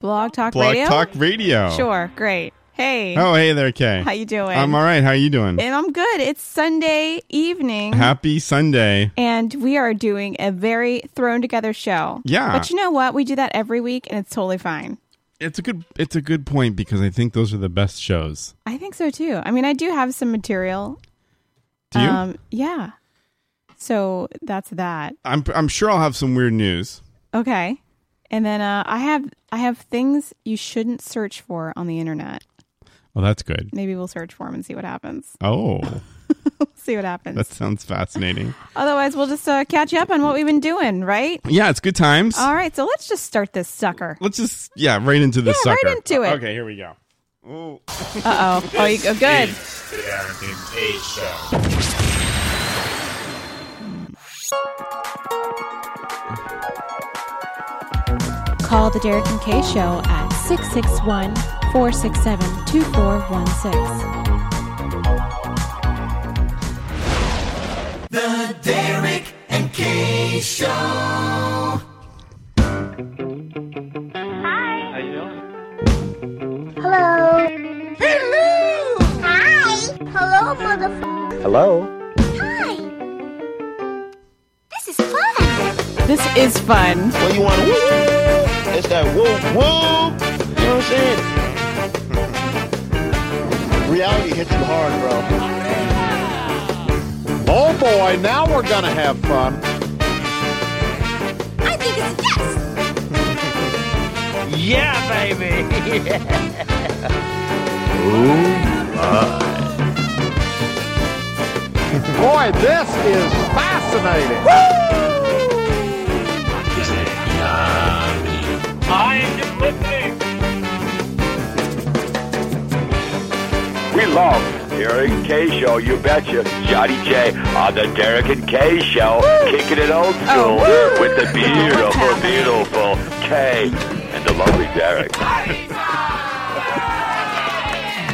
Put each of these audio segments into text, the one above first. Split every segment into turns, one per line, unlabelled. Blog Talk
Blog
Radio.
Talk Radio.
Sure, great. Hey,
Oh, hey there, Kay.
how you doing?
I'm all right. How you doing?
And I'm good. It's Sunday evening,
Happy Sunday.
and we are doing a very thrown together show.
Yeah.
but you know what? We do that every week, and it's totally fine.
It's a good. It's a good point because I think those are the best shows.
I think so too. I mean, I do have some material.
Do you?
Um, yeah. So that's that.
I'm. I'm sure I'll have some weird news.
Okay. And then uh, I have I have things you shouldn't search for on the internet.
Oh, that's good.
Maybe we'll search for them and see what happens.
Oh,
See what happens.
that sounds fascinating.
Otherwise, we'll just uh, catch up on what we've been doing, right?
Yeah, it's good times.
All right, so let's just start this sucker.
Let's just yeah, right into the
Yeah, right
sucker.
into it.
Okay, here we go. Ooh.
Uh oh. Oh, you go good. Call the Derek and Kay Show at 661 467 2416.
Derek and Kay Show.
How you doing?
Hello. Hello. Hi. Hello, motherfucker.
Hello.
Hi. This is fun.
This is fun.
Well, you want to woo? It's that woo woo. You know what I'm saying? Reality hits you hard, bro.
Oh boy, now we're gonna have fun.
I think it's yes.
Yeah, baby.
Boy, this is fascinating.
We love Derek and Kay Show, you betcha. Johnny J on the Derek and Kay Show, kicking it old school
Oh, woo.
with the beautiful,
happening?
beautiful Kay and the lovely Derek.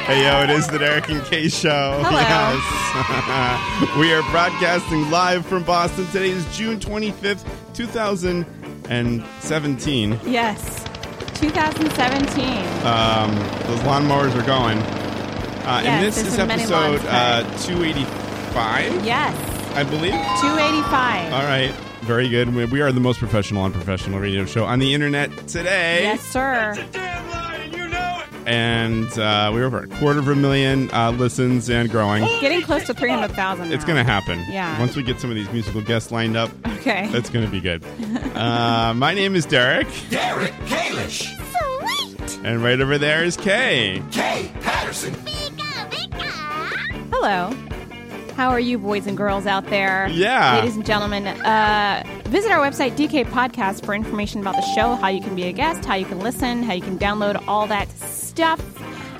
Hey yo, it is the Derek and Kay show.
Hello.
Yes. we are broadcasting live from Boston. Today is June 25th, 2017.
Yes. 2017.
Um, those lawnmowers are going. Uh, and
Yes,
this
there's
is
been many
episode
lawns
uh, 285,
yes.
I believe.
285.
All right. Very good. We- We are the most professional and professional radio show on the internet today.
Yes, sir.
And uh, we were over a quarter of a million uh, listens and growing.
Getting close to 300,000.
It's
now.
going to happen.
Yeah.
Once we get some of these musical guests lined up,
Okay.
that's going to be good. Uh, my name is Derek,
Derek Kalish,
Sweet.
and right over there is Kay.
Kay Patterson.
Bika, bika.
Hello. How are you, boys and girls out there?
Yeah.
Ladies and gentlemen, uh, visit our website, DK Podcast, for information about the show, how you can be a guest, how you can listen, how you can download all that stuff.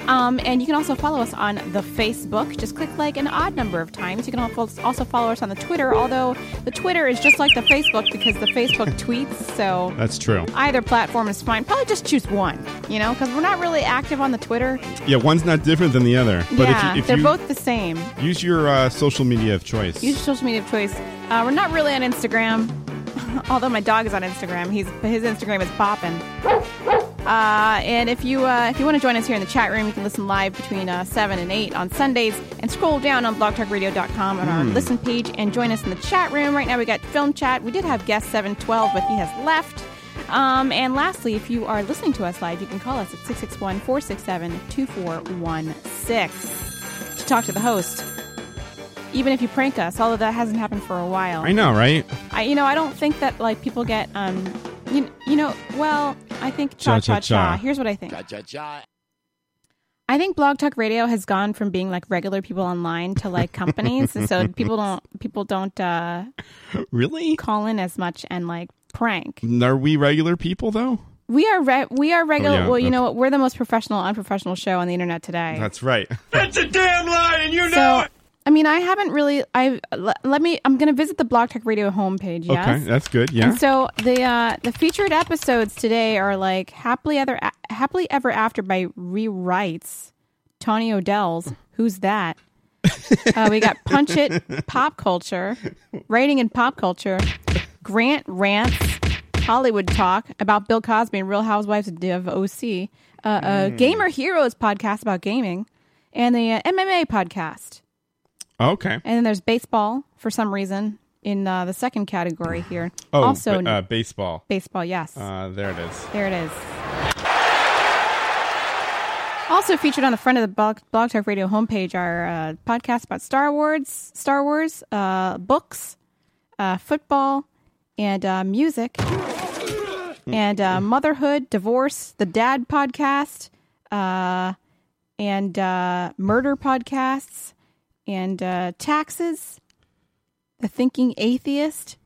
Um, and you can also follow us on the Facebook. Just click like an odd number of times. You can al- also follow us on the Twitter, although the Twitter is just like the Facebook because the Facebook tweets. So
That's true.
either platform is fine. Probably just choose one, you know, because we're not really active on the Twitter.
Yeah, one's not different than the other. But
yeah,
if you, if
they're
you
both the same.
use your uh, social media of choice,
Use your social media of choice. Uh, we're not really on Instagram, although my dog is on Instagram. He's his Instagram is poppin'. Uh, and if you uh, if you want to join us here in the chat room, you can listen live between uh, seven and eight on Sundays, and scroll down on blogtalkradio.com on our listen page and join us in the chat room. Right now, we got film chat. We did have guest seven twelve, but he has left. Um, and lastly, if you are listening to us live, you can call us at 661 467 2416 to talk to the host. Even if you prank us, although that hasn't happened for a while.
I know, right?
I, you know, I don't think that like people get um, you, you know, well, I think cha cha cha.
Cha-cha-cha.
Here's what I think. I think Blog Talk Radio has gone from being like regular people online to like companies, and so people don't people don't uh,
Really?
call in as much and like prank.
Are we regular people though?
We are re- we are regular.
yeah,
well, you
that's-
know what? We're the most professional, unprofessional show on the internet today.
That's right.
so. I mean, I haven't really. I l- let me. I'm going to visit the Blog Talk Radio homepage. Yes.
Okay, that's good. Yeah.
And so the uh, the featured episodes today are like happily ever happily ever after by rewrites Tony Odell's Who's That? uh, we got Punch It Pop Culture, Writing in Pop Culture, Grant Rants, Hollywood talk about Bill Cosby and Real Housewives of OC, uh, uh, Gamer Heroes podcast about gaming, and the uh, MMA podcast.
Okay.
And then there's baseball for some reason in uh, the second category here.
Oh,
also
ba- uh, baseball.
baseball, yes.
Uh, there it is.
There it is. Also featured on the front of the Blog, Blog Talk Radio homepage are uh, podcasts about Star Wars, Star Wars, uh, books, uh, football, and uh, music, and uh, motherhood, divorce, the Dad podcast, uh, and uh, murder podcasts, and uh, taxes, the Thinking Atheist,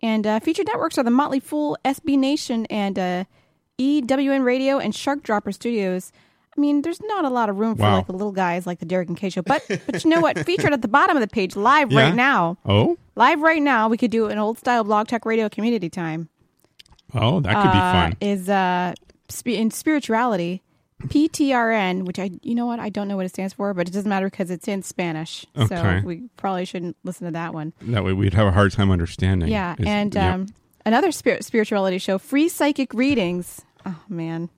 and uh, featured networks are the Motley Fool, SB Nation, and uh, EWN Radio and Shark Dropper Studios. I mean, there's not a lot of room for
Wow.
like the little guys like the Derek and K show, but but you know what? Featured at the bottom of the page, live
Yeah.
right now,
Oh,
live right now, we could do an old style blog talk radio community time.
oh, that could be
Uh,
fun.
is uh sp- in spirituality, PTRN, which I you know what I don't know what it stands for, but it doesn't matter because it's in Spanish,
Okay.
so we probably shouldn't listen to that one.
That way we'd have a hard time understanding.
Yeah,
Is-
and
yep.
um, another spirit spirituality show, free psychic readings. Oh man,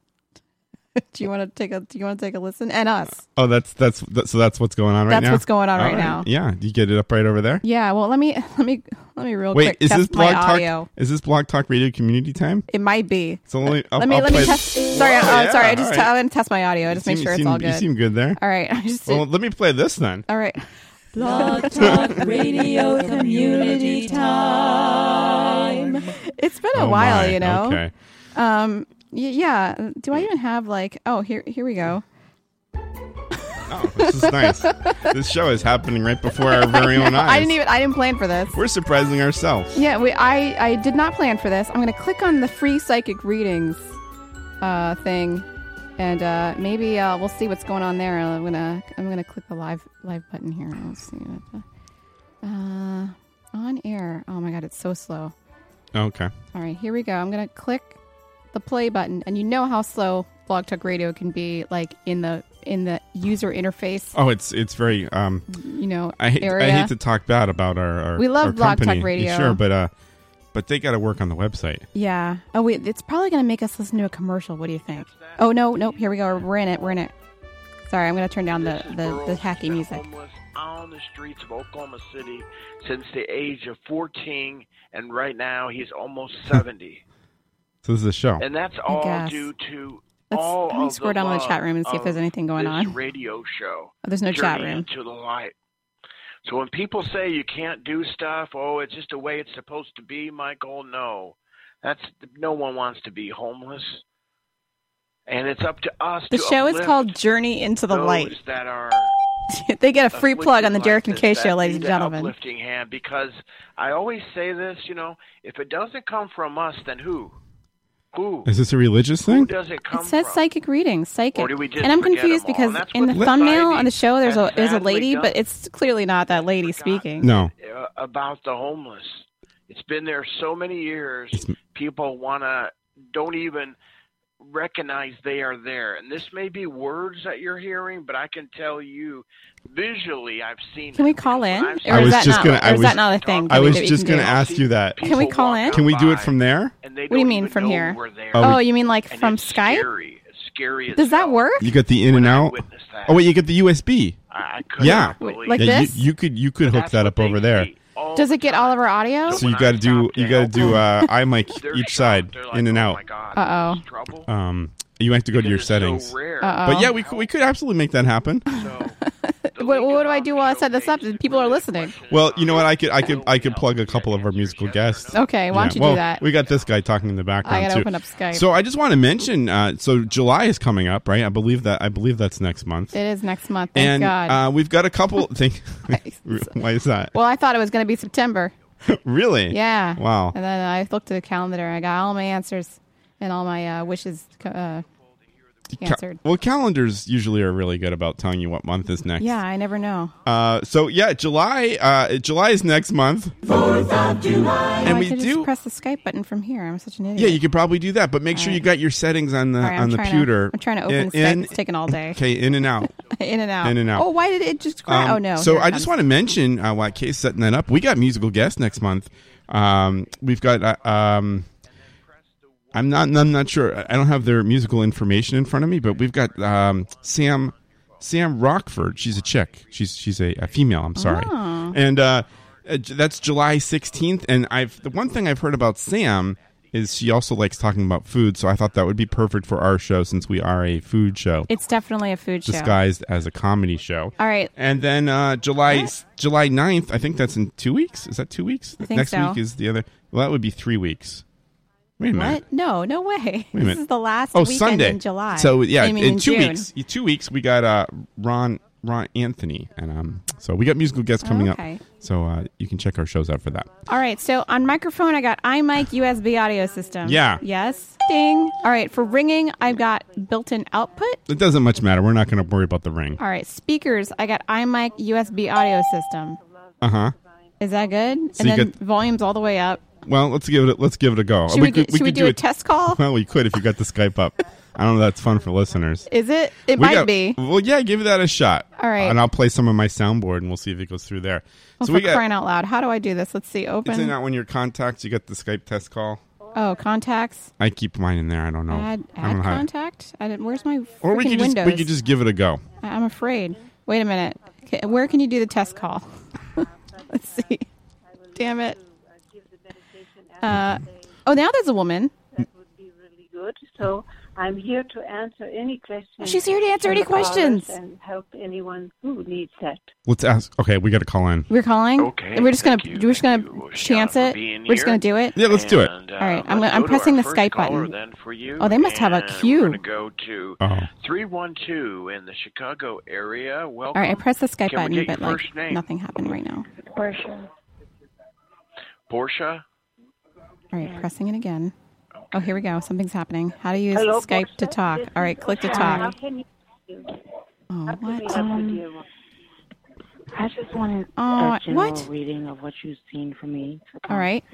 do you want to take a do you want to take a listen? And us,
oh, that's that's that, so that's what's going on right
That's
now.
what's going on
All
right now.
Yeah, you get it up right over there.
yeah. Well, let me let me let me real
Wait,
quick
is
test
this blog
my
talk?
audio.
Is this blog talk radio community time?
It might be.
It's only. I'll,
let me
I'll
let me
play-
test. Sorry, I-
Whoa,
oh, I'm
yeah,
sorry. I
all
just
right.
I'm gonna test my audio. I just
You
make
seem-
sure it's
seem-
all good.
You seem Oh. good there.
all right, I just
Well, let me play this then.
all right.
Blog Talk Radio Community Time.
It's been a
Oh,
while,
my.
you know.
Okay.
Y- yeah. Do I even have like? Oh, here here we go.
Oh, this is nice. this show is happening right before our very own eyes.
I didn't even I didn't plan for this.
We're surprising ourselves.
Yeah, we, I, I did not plan for this. I'm going to click on the free psychic readings uh, thing, and uh, maybe uh, we'll see what's going on there. I'm gonna I'm gonna click the live live button here. Let's see. What the, uh, on air. Oh my god, it's so slow.
Okay.
All right, here we go. I'm gonna click the play button, and you know how slow Blog Talk Radio can be, like in the in the user interface.
Oh, it's it's very. Um,
You know,
I hate
area.
I hate to talk bad about our. our
We love
our
Blog Talk
company,
Radio.
Sure, but uh, but they got to work on the website.
Yeah. Oh, wait. It's probably going to make us listen to a commercial. What do you think? Oh, no. Nope. Here we go. We're in it. We're in it. Sorry, I'm going to turn down the, the, the hacky music.
homeless on the streets of Oklahoma City since the age of 14, and right now he's almost 70.
So this is a show.
and that's all
guess.
due to
Let's-
all
let me
of
scroll
the
down in the
love
chat room and see if there's
of
anything going
this
on.
Radio show.
Oh, there's no chat
Journey
room.
into the light. So when people say you can't do stuff, oh, it's just the way it's supposed to be, Michael. No, that's no one wants to be homeless, and it's up to us.
The
to
show is
uplift
called Journey into the
those
Light.
That are
they get a free plug on the
afflicted
Derek and
Uh, like
Kay
this,
show,
that
ladies and
need an
gentlemen.
Uplifting hand, because I always say this, you know, if it doesn't come from us, then who? Who?
is this a religious
Who
thing?
does it come
It says
from?
psychic readings, psychic,
Or do we just
and I'm
forget 'em
confused
all?
because
And that's
in the
what
thumbnail
society
on the show there's a
has
there's a
sadly
lady,
done.
but it's clearly not that lady
Forgotten.
speaking.
No.
uh, about the homeless. It's been there so many years. People wanna don't even recognize they are there. And this may be words that you're hearing, but I can tell you visually, I've seen.
Can we
it.
call
Because
in?
I've seen
Or
I
is
was
that
just
not,
gonna- I
or is that
was-
not a thing?
I
that we-
was
that we
just
can
going
do?
to ask you that.
Can we
people
call
walk
in?
out
Can we do it
by
from there?
and they
What do you
don't
mean
even
from
know
here?
we're there.
Oh,
Oh, you mean like
And
from
it's
Skype?
Scary. It's scary as
Does that
hell.
work?
You got the in and out.
witnessed that.
Oh wait, you get the USB.
I, I couldn't
Yeah.
believe
Like
it.
yeah, you,
this?
you could you could hook
That's
that
what
up over
they
there.
see all
Does
the
it get all of
time.
our audio?
So
So you got
When
to
I
do
stopped
you
at
got to do uh, I mic
They're
each
shocked.
side,
They're like,
in and
oh
out.
my God,
Uh-oh.
this is Trouble.
Um, you have to go to your
Because it's
settings.
So rare.
Uh-oh.
But yeah, we could, we could absolutely make that happen.
What- what do I do while I set this up? People are listening.
Well, you know what? I could I could I could plug a couple of our musical guests.
Okay, why don't
Yeah,
you
well,
do that?
We got this guy talking in the background
I gotta
too.
open up Skype.
So I just want to mention. Uh, so July is coming up, right? I believe that I believe that's next month.
it is next month. Thank
and
God.
Uh, we've got a couple. Think why is that?
well, I thought it was going to be September.
really?
Yeah.
Wow.
And then I looked at the calendar. and I got all my answers and all my uh, wishes uh,
Ca-
answered.
well, calendars usually are really good about telling you what month is next.
Yeah, I never know.
Uh, so yeah, July. Uh, July is next month.
Oh,
And we
I could
do.
just press the Skype button from here. I'm such an idiot.
yeah, you could probably do that, but make sure
All
you
right.
got your settings on the
All right,
on
I'm
the
trying
computer.
To, I'm trying to open
In-
Skype.
in-
it's taking all day.
Okay, in and out.
in and out.
in and out.
Oh, why did it just crash?
Um,
oh no.
So
here it
I just
comes.
want to mention uh, while Kay's setting that up, we got musical guests next month. Um, we've got uh, um, I'm not. I'm not sure. I- I don't have their musical information in front of me, but we've got um, Sam Sam Rockford. She's a chick. She's she's a, a female. I'm sorry.
Ah.
And uh, uh, j- that's July 16th. And I've the one thing I've heard about Sam is she also likes talking about food. So I thought that would be perfect for our show since we are a food show
It's definitely a food show.
disguised as a comedy show.
All right.
And then uh, July July 9th, I think that's in two weeks. Is that two weeks?
think
Next
so.
week is the other. Well, that would be three weeks. Wait a minute.
What? No, no way.
Wait a
this
minute.
is the last
Oh,
weekend
Sunday
in July.
So yeah,
I mean,
in two
June.
weeks, in two weeks we got uh, Ron Ron Anthony, and um, so we got musical guests coming
Okay.
up. So uh, you can check our shows out for that.
All right, so on microphone, I got iMic USB audio system.
Yeah.
Yes. Ding. All right, for ringing, I've got built in output.
It doesn't much matter. We're not going to worry about the ring.
All right, speakers, I got iMic USB audio system.
Uh huh.
Is that good?
So
and
you
then
got-
volume's all the way up.
Well, let's give it. A, let's give it a go.
Should we, do, should we do, a test call?
Well, we could if you got the Skype up. I don't know. That's fun for listeners.
Is it? It
We
might
got-
be.
Well, yeah, give that a shot.
All right.
And I'll play some of my soundboard, and we'll see if it goes through there.
Well,
so
for
we got.
crying out loud, how do I do this? Let's see.
It's
Open.
in when your contacts. You got the Skype test call.
Oh, contacts.
I keep mine in there. I don't know.
Add,
I don't
add
know how-
contact. I didn't, where's my
Or we
freaking
could just
Windows?
we could just give it a go.
I- I'm afraid. Wait a minute. Okay, Where can you do the test call? Let's see. Damn it. Uh, oh, now there's a woman.
would be really good. So I'm here to answer any questions.
She's here to answer any
and callers
questions.
And help anyone who needs that.
Let's ask. Okay, we got to call in.
We're calling.
Okay,
And we're just gonna
thank you,
we're just gonna
thank you,
chance
Shana, for
it.
being
We're just gonna do
here.
it.
Yeah, let's do it.
And, uh,
All right, I'm gonna-
let's
I'm
go to our
pressing the
first
Skype
caller
button.
Then for you.
Oh, they must have a
And
queue.
We're gonna go to
Oh.
three one two in the Chicago area. Welcome.
All right, I pressed the Skype
Can we
button,
get
but
your
like
first name?
nothing happened right now.
Portia.
All right, pressing it again. Oh, here we go. Something's happening. How to use
Hello,
Skype to
Portia?
talk.
This
All right,
is
click to
Portia. How
talk.
can you help you?
Oh,
How can we
what?
help you, dear one?
I just wanted
Oh,
a general
what?
reading of what you've seen for me.
All right.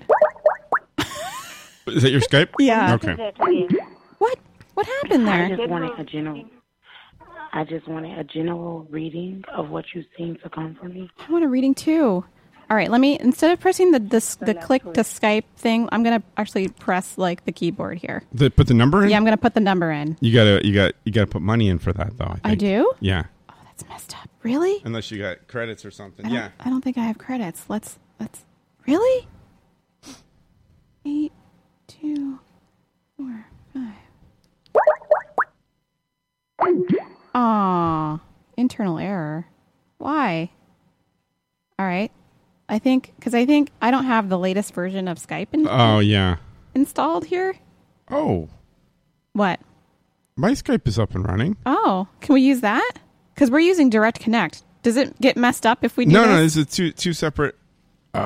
Is that your Skype?
Yeah.
Okay.
That is-
What? What happened
I
there?
just wanted a general. I just wanted a general reading of what you've seen to come for me.
I want a reading too. All right, let me instead of pressing the the, the click to Skype thing, I'm gonna actually press like the keyboard here.
The, put the number in.
Yeah, I'm gonna put the number in.
You gotta you got you gotta put money in for that though. I,
I
think.
do.
Yeah.
That's messed up. Really?
Unless you got credits or something.
I don't-
Yeah.
I don't think I have credits. Let's let's really eight two four five. Ah, internal error. Why? All right. I think because I think I don't have the latest version of Skype in-
Oh yeah.
installed here.
Oh,
What?
my Skype is up and running.
Oh, can we use that? Because we're using Direct Connect. Does it get messed up if we do
no,
this?
no, this is two two separate.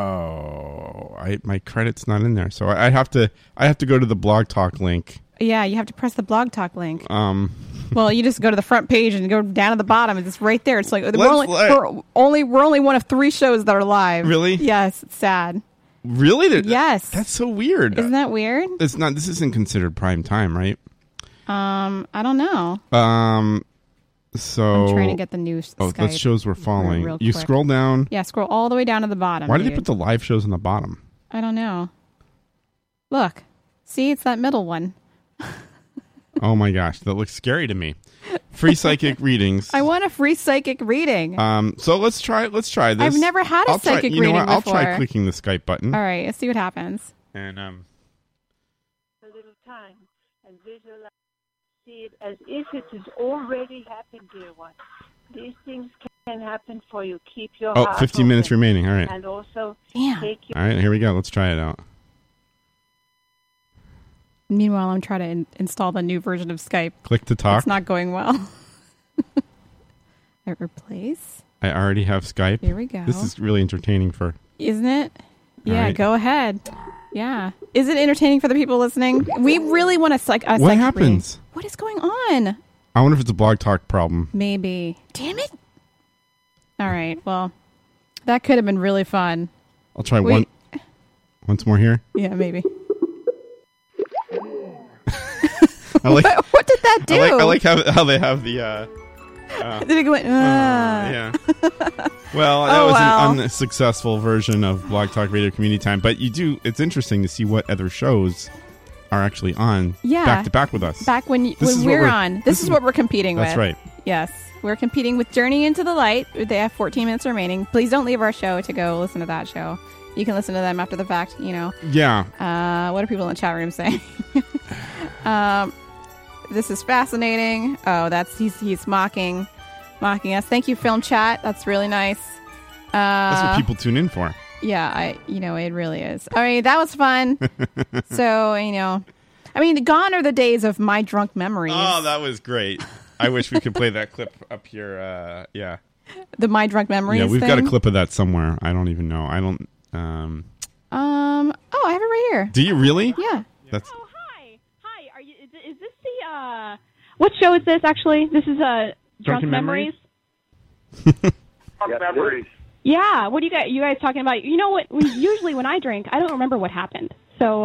Oh, I my credit's not in there, so I, I have to I have to go to the blog talk link.
Yeah, you have to press the blog talk link.
Um,
Well, you just go to the front page and go down to the bottom. It's right there. It's like we're only,
let-
we're only we're only one of three shows that are live.
Really?
Yes. It's sad.
really? There-
Yes.
That's so weird.
Isn't that weird?
it's not. This isn't considered prime time, right?
Um, I don't know.
Um, so
I'm trying to get the new s-
Oh,
Skype.
those shows were falling.
real
you
quick.
scroll down.
Yeah, scroll all the way down to the bottom.
Why did they
dude.
put the live shows on the bottom?
I don't know. Look, see, it's that middle one.
Oh my gosh, that looks scary to me. Free psychic readings.
I want a free psychic reading.
um, so let's try. Let's try this.
I've never had a
I'll try-
psychic
you know
reading
what? I'll
before.
try clicking the Skype button.
all right, let's see what happens.
And um,
a little time and visualize see it as if it has already happened, dear one. These things can happen for you. Keep your
oh,
heart
15 minutes
open.
remaining. All right,
And also
Damn.
take your
all right. Here we go. Let's try it out.
Meanwhile, I'm trying to in- install the new version of Skype.
Click to talk.
It's not going well. I replace.
I already have Skype.
Here we go.
This is really entertaining for.
Isn't it? Yeah,
right.
go ahead. Yeah. Is it entertaining for the people listening? We really want to psych. A psychic
happens?
reading. What is going on?
I wonder if it's a blog talk problem.
Maybe. Damn it. All right. Well, that could have been really fun.
I'll try
Wait.
one. Once more here.
Yeah, maybe.
I like.
But what did that do?
I like, I like how, how they have the. Uh,
did it go like, uh,
yeah. Well, that
Oh,
was
well.
an unsuccessful version of Blog Talk Radio Community Time, but you do. It's interesting to see what other shows are actually on
Yeah.
back to back with us.
Back when, y-
This
when
is what
we're,
we're-
on. This, is, what we're competing
That's
with.
right.
Yes. We're competing with Journey into the Light. They have 14 minutes remaining. Please don't leave our show to go listen to that show. You can listen to them after the fact, you know.
Yeah.
Uh, what are people in the chat room saying? um, this is fascinating. Oh, that's he's he's mocking, mocking us. Thank you, film chat. That's really nice. Uh,
That's what people tune in for.
yeah, I you know it really is. I mean that was fun. so you know, I mean gone are the days of my drunk memories.
Oh, that was great. I wish we could play that clip up here. Uh, yeah.
the my drunk memories.
Yeah, we've got a
thing.
clip of that somewhere. I don't even know. I don't. Um,
Um. Oh, I have it right here.
do you really?
Yeah.
That's
Oh, Is this the uh? What show is this actually? This is uh, Drunk
Drunken Memories?
Memories.
Yeah, memories.
Yeah. What do you guys you guys talking about? You know what? We, usually when I drink, I don't remember what happened. So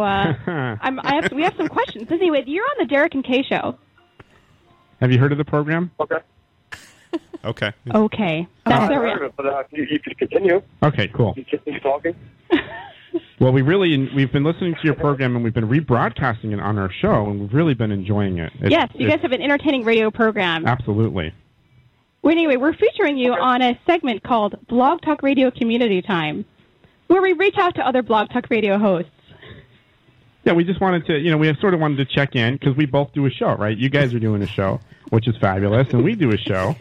uh, I'm, I have we have some questions. Anyway, you're on the Derek and Kay show.
Have you heard of the program?
Okay.
Okay.
Okay. That's the real.
But uh, you, you can continue.
Okay. Cool.
You continue talking.
Well, we really we've been listening to your program and we've been rebroadcasting it on our show, and we've really been enjoying it. It's-
Yes, you guys
it's-
have an entertaining radio program.
absolutely.
Well, anyway, we're featuring you on a segment called Blog Talk Radio Community Time, where we reach out to other Blog Talk Radio hosts.
Yeah, we just wanted to, you know, we have sort of wanted to check in because we both do a show, right? You guys are doing a show, which is fabulous, and we do a show,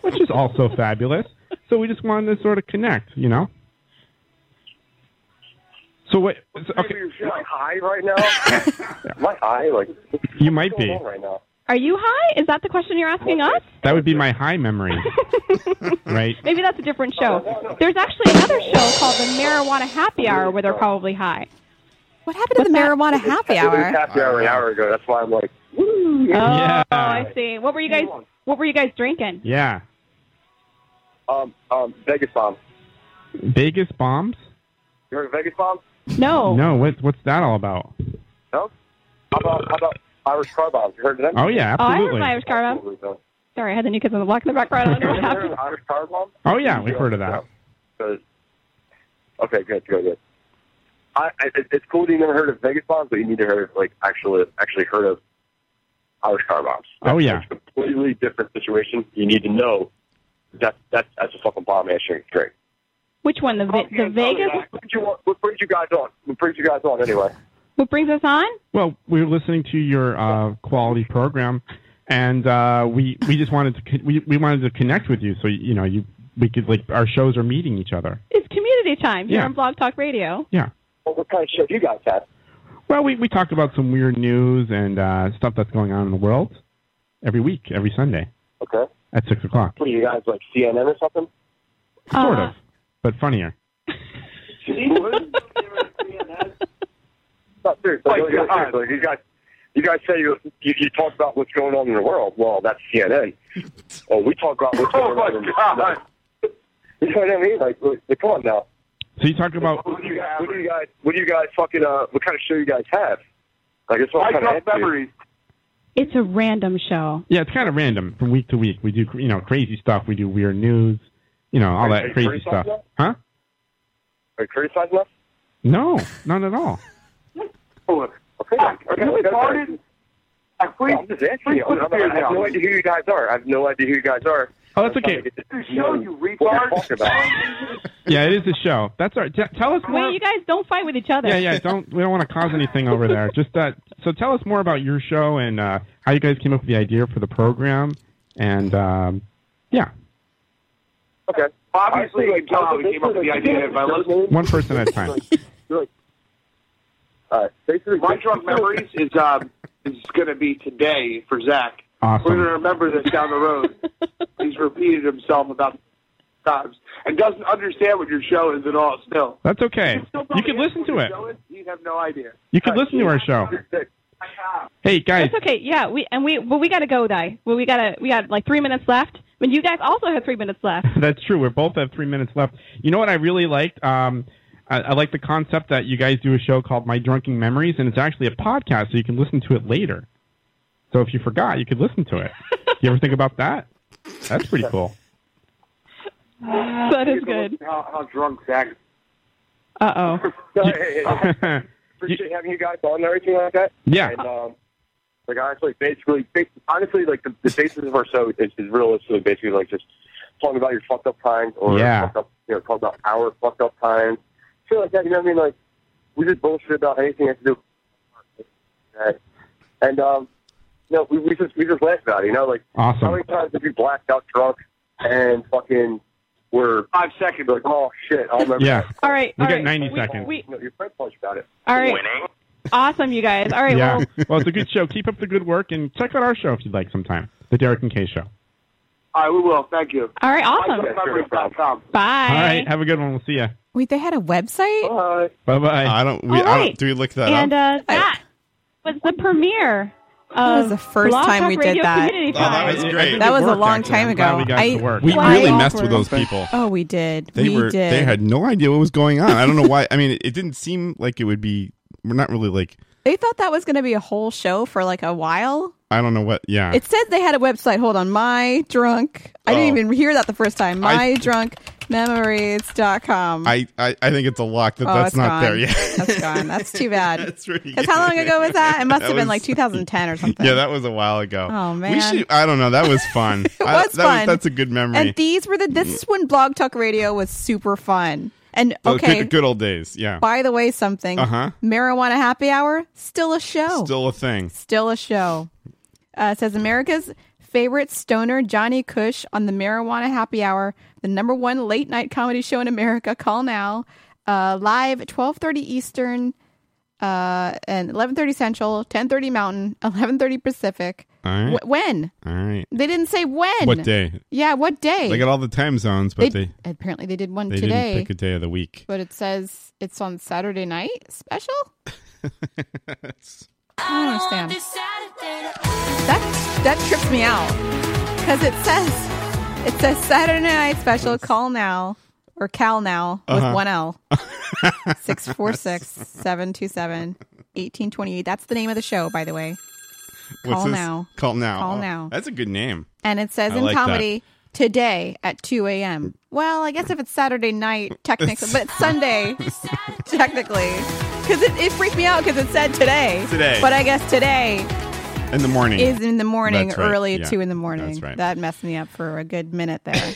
which is also fabulous. So we just wanted to sort of connect, you know. So what? so- okay,
Maybe you're like high right now. Am I high? Like
you might
what's going
be.
on right now?
Are you high? Is that the question you're asking us?
That would be my high memory, right?
Maybe that's a different show. There's actually another show called the Marijuana Happy Hour where they're probably high.
What happened to the marijuana happy
It was
hour?
happy hour an hour ago. That's why I'm like,
Oh,
Yeah.
I see. What were you guys? What were you guys drinking?
Yeah,
um, um, Vegas bomb.
Vegas bombs.
You heard of Vegas bomb?
No.
No, what what's that all about?
No. How about how about Irish car bombs? You heard of them?
Oh yeah,
Oh, I heard
absolutely.
my Irish car bomb.
Absolutely, no.
Sorry, I had the new kids on the block in the background. I don't
You
know what
heard
happened.
of Irish car bomb?
Oh yeah, we've heard of that.
Because- Okay, good, good, good. I, I, it- it's cool that you never heard of Vegas bombs, but you need to hear like actually actually heard of Irish car bombs.
Oh yeah.
completely different situation. You need to know that that that's a fucking bomb ass drink. Drink.
Which one? The Ve- the Vegas.
What brings you on- what brings you guys on? What brings you guys on anyway?
What brings us on?
Well, we were listening to your uh, quality program, and uh, we we just wanted to con- we, we wanted to connect with you, so you know you we could like our shows are meeting each other.
It's community time here
Yeah.
on Blog Talk Radio.
Yeah.
Well, what kind of show do you guys have?
Well, we we talked about some weird news and uh, stuff that's going on in the world every week, every Sunday
Okay.
at six o'clock.
What are you guys like CNN or something?
Sort
Uh,
of, but funnier.
Uh,
No, seriously, no, seriously, you guys, you guys say you, you you talk about what's going on in the world. Well, that's CNN. Oh, we talk about what's going on. in the world. You know what I mean? Like, like, come on now.
So you talked about
What do you guys? What do you guys? What do you guys fucking? Uh, what kind of show you guys have? Like, it's all kind of memories.
It's a random show.
yeah, it's kind of random from week to week. We do you know crazy stuff. We do weird news, you know all
Are- are
that
you
crazy
criticizing
stuff,
that?
huh?
Are you criticizing us?
No, not at all.
Okay. okay, okay, okay. No, I'm just asking you. I'm- I'm- I have no idea who you guys are. I have no idea who you guys are.
Oh, that's
I'm trying
okay.
to get to know what you're talking about.
Yeah, it is a show. That's all right. T- tell us more.
Wait, you guys don't fight with each other.
yeah, yeah. Don't we don't want to cause anything over there. Just uh, so tell us more about your show and uh, how you guys came up with the idea for the program, and um, yeah,
Okay. Obviously, like Tom came up with the idea of my little.
one person at a time.
All right. Basically,
My drunk memories is um is going to be today for Zach. We're going to
Awesome.
remember this down the road. He's repeated himself about times and doesn't understand what your show is at all. Still,
That's okay.
Still
You
probably
can
ask
listen
what
to
your
it.
show is, He'd have no idea.
You can listen to our show. Hey guys,
That's okay. Yeah, we and we well we gotta go, Di. Well, we gotta we got like three minutes left. But you guys also have three minutes left.
that's true. We both have three minutes left. You know what I really liked? Um, I, I like the concept that you guys do a show called My Drunken Memories, and it's actually a podcast, so you can listen to it later. So if you forgot, you could listen to it. you ever think about that? That's pretty cool.
That is good.
How, how drunk Zach?
Uh oh.
Hey, hey, hey. appreciate having you guys on and everything like that.
Yeah.
And, um, like honestly, basically, bas- honestly, like the, the basis of our show is, is realistically basically like just talking about your fucked up times or
Yeah.
fucked up, you know, talking about our fucked up times, shit like that. You know what I mean? Like we just bullshit about anything that has to do. with that. And um, you know, we, we just we just laugh about it. You know, like
Awesome.
how many times have you blacked out drunk and fucking were
five seconds
like, oh shit, I'll remember.
Yeah.
that.
All right.
We
all
got
right.
90
We-
seconds.
we-
You know, your friend talks about it.
all right. Awesome, you guys. All right.
yeah.
Well,
it's a good show. Keep up the good work and check out our show if you'd like sometime. The Derek and Kay Show.
All right, we will. Thank you.
All right, awesome.
Michaelmemories.com.
Bye.
All right. Have a good one. We'll see you.
Wait, they had a website?
Oh. Bye bye. I don't.
we- All I don't- right. do
we look that
and uh, that was the premiere.
That was the first
Blog
time
Talk
we did
Radio
that.
Community
Oh, that
Time.
was great. That was a long time ago. I-
We
Why
really
awkward?
messed with those people.
Oh, we did.
They
we
were.
did.
They had no idea what was going on. I don't know why. I mean, it, it didn't seem like it would be. We're not really like.
They thought that was going to be a whole show for like a while.
I don't know what. Yeah.
It said they had a website. Hold on. My drunk. I didn't
Oh.
even hear that the first time.
I-
MyDrunkMemories.com.
I, I I think it's a lock that
Oh,
that's
it's
not
gone.
there yet.
That's gone. That's too bad.
That's really
Because how long ago was that? It must
That
have been
was-
like 2010 or something.
Yeah, that was a while ago.
Oh,
we
man.
should. I don't know. That was fun.
It
I-
was
that
fun.
that's a good memory.
And these were the. This is when Blog Talk Radio was super fun. And
Those
okay,
Oh, good, good old days. Yeah,
by the way, something.
Uh-huh.
Marijuana Happy Hour still a show.
still a thing.
still a show. Uh, it says America's favorite stoner Johnny Cush on the Marijuana Happy Hour, the number one late night comedy show in America. Call now, uh, live twelve thirty Eastern, uh, and eleven thirty Central, ten thirty Mountain, eleven thirty Pacific.
All right.
Wh- when
All right.
they didn't say when.
What day?
Yeah, what day?
They got all the time zones, but they
apparently they did
they,
one
didn't
today,
pick a day of the week.
but it says it's on Saturday night special.
It's-
I don't understand. That that trips me out because it says it says Saturday night special. Call now or Cal now with
Uh-huh.
one L. 646-727-1828. That's the name of the show, by the way.
what's
Call
this?
now.
Call now.
Call
Oh,
now.
That's a good name.
And it says
I
in
like that.
comedy today at two a.m. Well, I guess if it's Saturday night, technically, but it's Sunday, technically, because it, it freaked me out because it said today.
Today.
but I guess today
In the morning
is in the morning,
That's right.
early
Yeah.
two in the morning.
That's right.
That messed me up for a good minute there.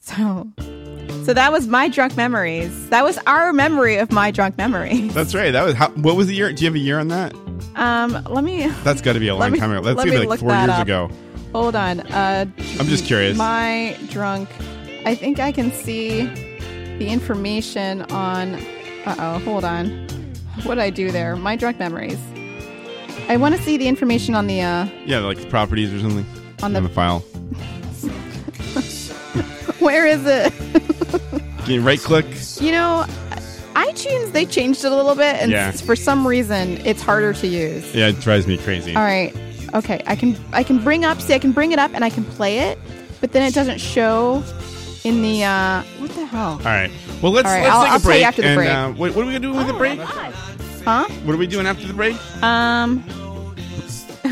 so, so that was my drunk memories. That was our memory of my drunk memory.
That's right. That was how, what was the year? Do you have a year on that?
Um, let me
That's got to be a
Let
long
me-
time ago. That's
let
gonna
me
be like
look
four
that
years
up.
ago.
hold on. Uh,
I'm just curious.
My drunk. I think I can see the information on. Uh oh, hold on. What did I do there? My drunk memories. I want to see the information on the. Uh,
Yeah, like the properties or something
On the-
file.
where is it?
Can you right click?
You know, iTunes they changed it a little bit, and
Yeah.
s- for some reason it's harder to use.
Yeah, it drives me crazy.
All right, okay, I can I can bring up see I can bring it up and I can play it, but then it doesn't show in the uh, what the hell?
All right. Well, let's
All right,
let's
I'll-
take
I'll tell
a
you
break.
after the
and
break. Oh
Uh, what, what are we gonna do with the break?
Huh?
What are we doing after the break?
Um,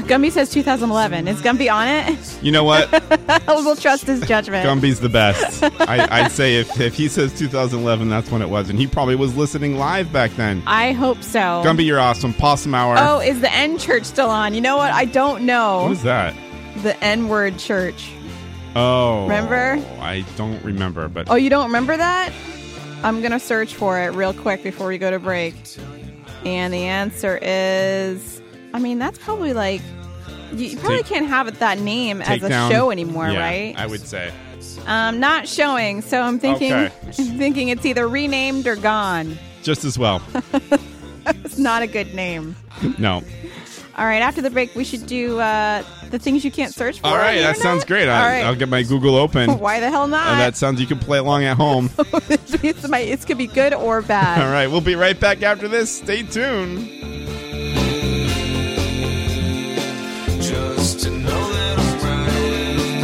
Gumby says 2011. Is Gumby on it?
You know what?
we'll trust his judgment.
Gumby's the best. I, I'd say if, if he says 2011, that's when it was, and he probably was listening live back then.
I hope so.
Gumby, you're awesome. Possum Hour.
Oh, is the N church still on? You know what? I don't know.
what was that?
The N word church.
Oh,
Remember?
I don't remember, but
Oh, you don't remember that? I'm going to search for it real quick before we go to break. And the answer is I mean, that's probably like you, you probably
Take-
can't have it that name as a
Takedown-
show anymore,
Yeah,
right?
I would say.
Um not showing, so I'm thinking
Okay.
I'm thinking it's either renamed or gone.
Just as well.
It's not a good name.
no.
All right, after the break we should do uh, the things you can't search for.
All right, that sounds great. I,
All right.
I'll get my Google open.
Why the hell
Uh,
not?
that sounds you can play along at home.
it's my it could be good or bad.
All right, we'll be right back after this. Stay tuned.
Just to know that I'm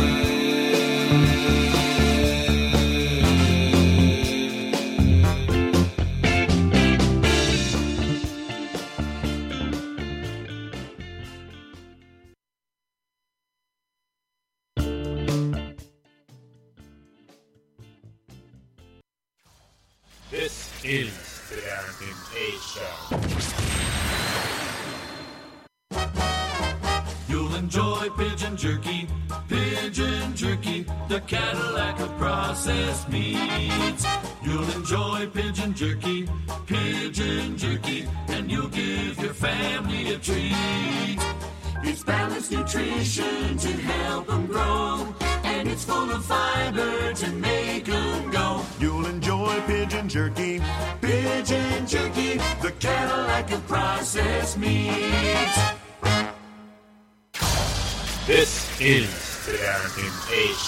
This is
the Aaron Page Show.
You'll enjoy pigeon jerky, pigeon jerky, the Cadillac of processed meats. You'll enjoy pigeon jerky, pigeon jerky, and you'll give your family a treat. It's balanced nutrition to help them grow, and it's full of fiber to make them go. You'll enjoy pigeon jerky, pigeon jerky, the Cadillac of processed meats.
This is the Aaron Page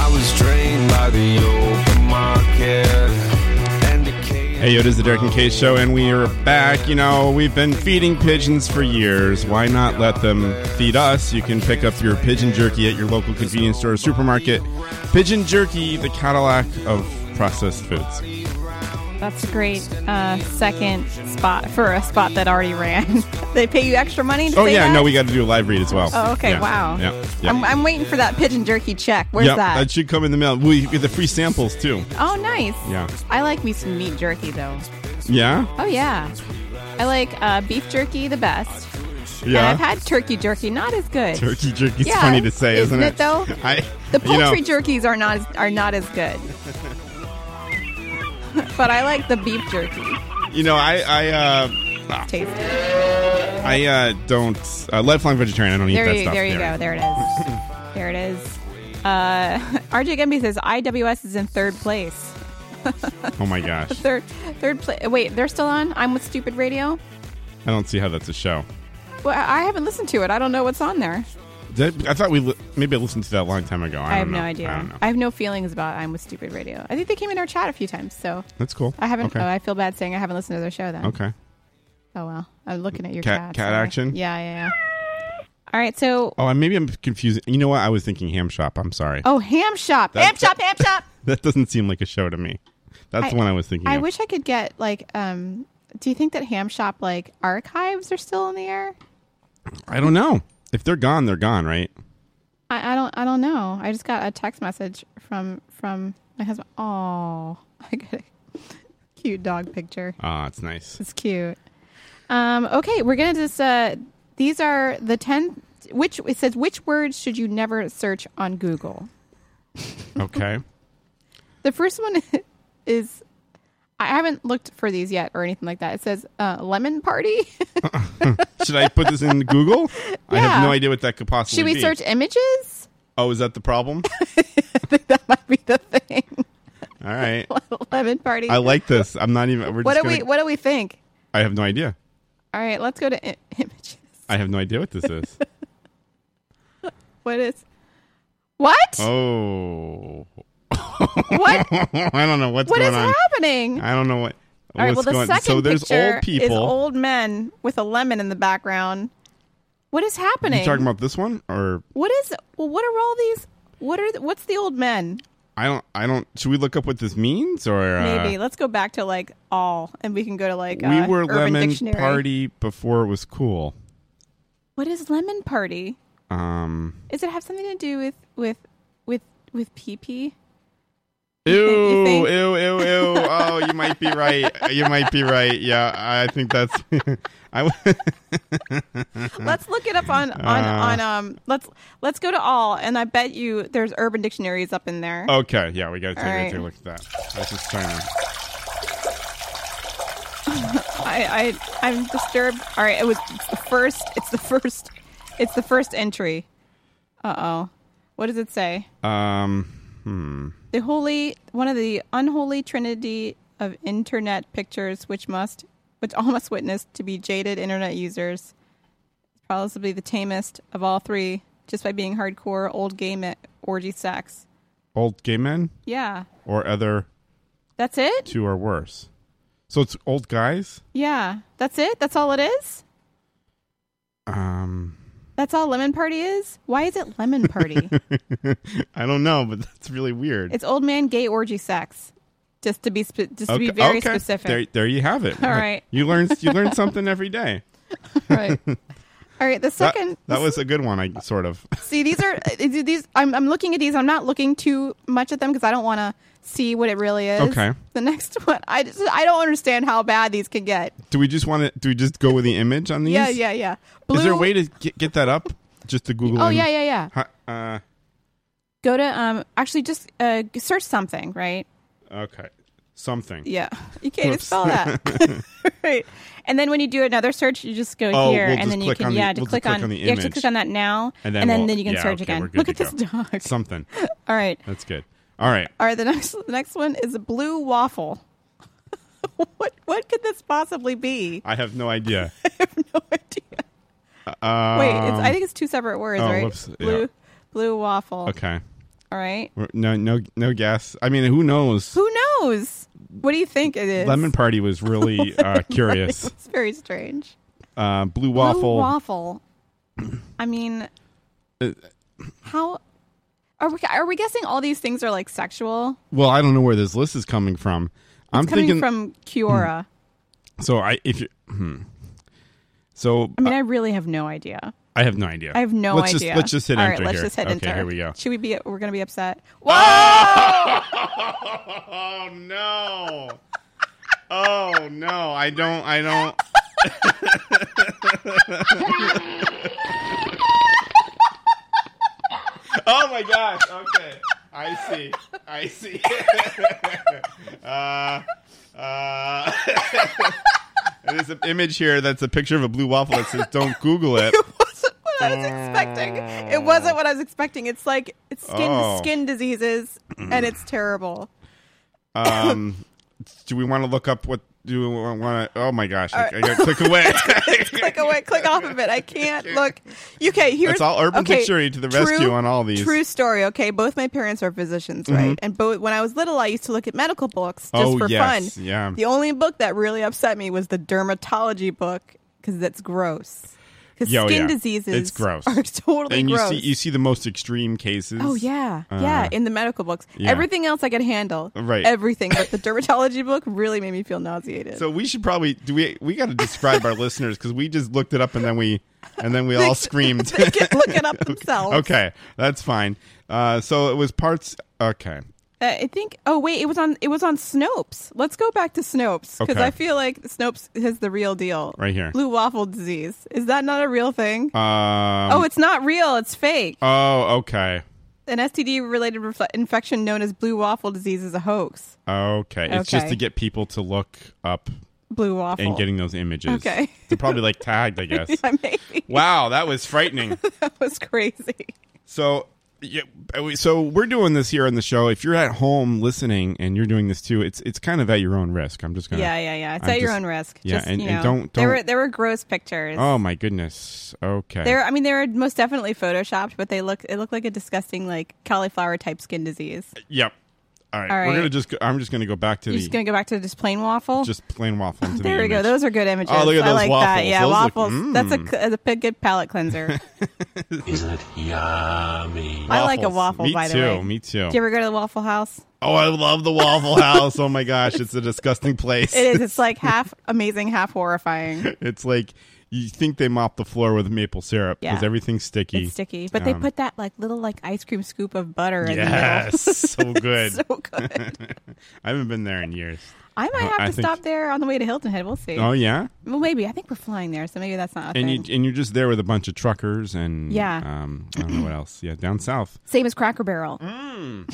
I was drained by the open market and decay.
Hey, yo, it is The Derek and Kay Show, and we are back. You know, we've been feeding pigeons for years. Why not let them feed us? You can pick up your pigeon jerky at your local convenience store or supermarket. Pigeon jerky, the Cadillac of processed foods.
That's a great uh, second spot for a spot that already ran. they pay you extra money to
Oh,
say
yeah,
that?
no, we got to do a live read as well.
Oh, okay,
Yeah,
wow.
Yeah. yeah.
I'm, I'm waiting for that pigeon jerky check. Where's
Yep,
that?
should come in the mail. We get the free samples, too.
Oh, nice.
Yeah.
I like me some meat jerky, though.
Yeah?
Oh, yeah. I like uh, beef jerky the best. And
Yeah.
I've had turkey jerky, not as good.
Turkey jerky's
Yeah,
funny to say, isn't,
isn't it, though?
I,
The
you know-
poultry jerkies are not as, are not as good. but I like the beef jerky.
You know, I I uh,
Tasty.
I uh, don't uh, lifelong vegetarian. I don't eat
There
that
you
stuff.
there you go. There it is. there it is. Uh, RJ Gumby says IWS is in third place.
Oh my gosh,
Third third place. Wait, they're still on. I'm with Stupid Radio.
I don't see how that's a show.
Well, I I haven't listened to it. I don't know what's on there.
Did I, I thought we li- maybe I listened to that a long time ago.
I,
I, don't
have
know.
no idea.
I don't know.
have no feelings about I'm with Stupid Radio. I think they came in our chat a few times, so
That's cool.
I haven't.
Okay.
Oh, I feel bad saying I haven't listened to their show then.
okay.
Oh well, I'm looking at your
Cat-
cat.
cat
sorry.
action?
Yeah, yeah, yeah. All right, so
Oh, and maybe I'm confusing. You know what? I was thinking ham shop. I'm sorry.
oh, ham shop,
That-
ham shop, ham shop.
That doesn't seem like a show to me. That's the one I was thinking.
I
of.
wish I could get like. um Do you think that ham shop like archives are still in the air?
I don't know if they're gone. They're gone, right?
I, I don't. I don't know. I just got a text message from from my husband. Oh, I got a cute dog picture.
Ah, it's nice.
It's cute. Um, okay, we're gonna just. Uh, these are the ten. Which it says which words should you never search on Google?
Okay.
The first one is I haven't looked for these yet or anything like that. It says uh, lemon party.
Should I put this in Google? I have
Yeah.
no idea what that could possibly
should we
be.
search images?
Oh, is that the problem? All right.
lemon party.
I like this. I'm not even. We're
What do
just gonna,
we What do we think?
I have no idea.
All right, let's go to I- images.
I have no idea what this is.
What is? What?
oh.
What?
I don't know what's
What
going
is
on.
happening?
I don't know what.
All right.
what's
well, the
going-
second
so there's
picture
old people.
is old men with a lemon in the background. What is happening?
You talking about this one or
what is? Well, what are all these? What are? The, what's the old men?
I don't. I don't. Should we look up what this means or uh,
Maybe let's go back to like all, and we can go to like
we
uh,
were
Urban
lemon
Dictionary.
party before it was cool.
What is lemon party?
Um.
Does it have something to do with with with with pee pee?
Ew,
you
ew, ew,
think?
ew. Oh, you might be right. You might be right. Yeah, I think that's. I, Mm.
Let's look it up on on
Uh.
on um. Let's let's go to all, and I bet you there's Urban Dictionaries up in there.
Okay, yeah, we got to take,
All
gotta
right.
take a look at that. I was just trying to.
I, I I'm disturbed. All right, it was it's the first. It's the first. It's the first entry. Uh oh. What does it say?
Um, hmm.
The holy, one of the unholy trinity of internet pictures, which must, which all must witness to be jaded internet users. Possibly the tamest of all three, just by being hardcore old gay me- orgy sex.
Old gay men
Yeah,
or other
that's it.
two or worse. So it's old guys.
Yeah, that's it. That's all it is.
Um,
That's all lemon party is. Why is it lemon party?
I don't know, but that's really weird.
it's old man gay orgy sex. Just to be spe- just to be very
okay.
specific.
There, there you have it.
All right.
you learn you learn something every day.
right. All right. The
That-
second.
that, was a good one. I sort of.
See, these are uh, these. I'm, I'm looking at these. I'm not looking too much at them because I don't want to see what it really is.
Okay.
The next one, I just I don't understand how bad these can get.
Do we just want to? Do we just go with the image on these?
Yeah, yeah, yeah. Blue.
Is there a way to get, get that up? Just to Google.
Oh,
im-
yeah, yeah, yeah.
Hi- Uh,
Go to um. Actually, just uh, search something. Right.
Okay. Something.
Yeah. You can't even
Oops.
spell that. right. And then when you do another search, you just go
Oh,
here,
we'll
and
just
then you
click
can
on the-
yeah, to
we'll just
click,
click
on,
on the
you have to
image.
click on that now,
And then
then,
we'll-
you can
yeah,
search
okay, we're
again.
good
Look
to
at this
go.
dog.
Something.
All right.
That's good. All right.
All right, the next the next one is a blue waffle. what what could this possibly be?
I have no idea. Um, I have no idea.
Wait, it's, I think it's two separate words,
oh,
right?
whoops, yeah.
Blue blue waffle.
Okay.
All right.
We're- No, no, no guess. I mean, who knows?
Who knows? What do you think it is?
Lemon Party was really uh, curious.
It's very strange.
Uh, blue
Blue
waffle.
waffle. I mean,
Uh,
how are we? Are we guessing all these things are like sexual?
well, I don't know where this list is coming from. I'm
it's coming
thinking.
from Kiora.
so I if you. Hmm. So
I mean, I really have no idea.
I have no idea.
I have no
let's
idea.
Just, let's just hit
All right,
enter
let's
here.
just hit
okay,
enter.
here we go.
Should we be? We're gonna be upset.
Oh no! Oh no! I don't. I don't. oh my gosh! Okay, I see. I see. uh, uh, there's an image here that's a picture of a blue waffle that says "Don't Google it."
what I was expecting. It wasn't what I was expecting. It's like it's skin
Oh.
skin diseases, and it's terrible.
Um, do we want to look up what? Do we want to? Oh my gosh! I,
All right.
I gotta click away.
click away, click off of it. I can't look. Okay, here's
It's all Urban
okay,
Dictionary to the
true-
rescue on all these.
True story. Okay, both my parents are physicians,
Mhm.
right? And both when I was little, I used to look at medical books just
Oh,
for
yes,
fun.
yeah.
The only book that really upset me was the dermatology book because that's gross. Because
Yo,
skin
yeah.
diseases
it's gross.
are totally
and
gross.
you see you see the most extreme cases.
Oh yeah,
Uh,
yeah. In the medical books,
yeah.
everything else I could handle.
Right.
Everything, but the dermatology book really made me feel nauseated.
So we should probably do we we got to describe our listeners because we just looked it up and then we and then we all screamed.
they can look it up themselves.
okay, that's fine. Uh, so it was parts. Okay,
Uh, I think. Oh wait, it was on. It was on Snopes. Let's go back to Snopes because
Okay.
I feel like Snopes is the real deal.
Right here.
Blue waffle disease. Is that not a real thing?
Um,
oh, it's not real. It's fake.
oh okay
An STD related refle- infection known as blue waffle disease is a hoax.
okay. It's just
Okay.
to get people to look up
Blue waffle.
and getting those images.
Okay.
they're probably like tagged, I guess.
Yeah, maybe.
Wow, that was frightening.
That was crazy.
So yeah, uh, we- so we're doing this here on the show. If you're at home listening and you're doing this too, it's it's kind of at your own risk. I'm just gonna
yeah, yeah, yeah. It's
I'm
at your
just-
own risk.
Yeah,
Just,
and,
you
and
know.
don't don't.
There were there were gross pictures.
oh my goodness. Okay.
They're, I mean, they were most definitely photoshopped, but they look it looked like a disgusting like cauliflower type skin disease.
yep. All right.
All
We're
right.
gonna just. Go, I'm just gonna go back to
You're
the
just
just,
gonna go back to just plain waffle.
plain waffle. Into
there
the
we go.
image.
Those are good images.
Oh, look at
I
those
like that.
waffles.
Yeah,
Those look-
waffles. That's a,
mm.
that's a p- good palate cleanser.
Isn't it yummy?
I like a
Waffles.
waffle.
Me
by the
too,
way,
me too.
Do you ever go to the Waffle House?
Oh, I love the Waffle House. Oh my gosh, it's a disgusting place.
It is. It's like half amazing, half horrifying.
It's like you think they mop the floor with maple syrup because
Yeah.
everything's sticky.
It's sticky, but they
Um,
put that like little like ice cream scoop of butter in
Yes,
the
so
middle.
good.
It's so good.
I haven't been there in years.
I might
Oh,
have to
think-
stop there on the way to Hilton Head. We'll see.
Oh yeah,
Well, maybe. I think we're flying there, so maybe that's not a
and
thing.
you and you're just there with a bunch of truckers and
Yeah.
Um, I don't know what else. Yeah, down south.
Same
Mm.
as Cracker Barrel.
I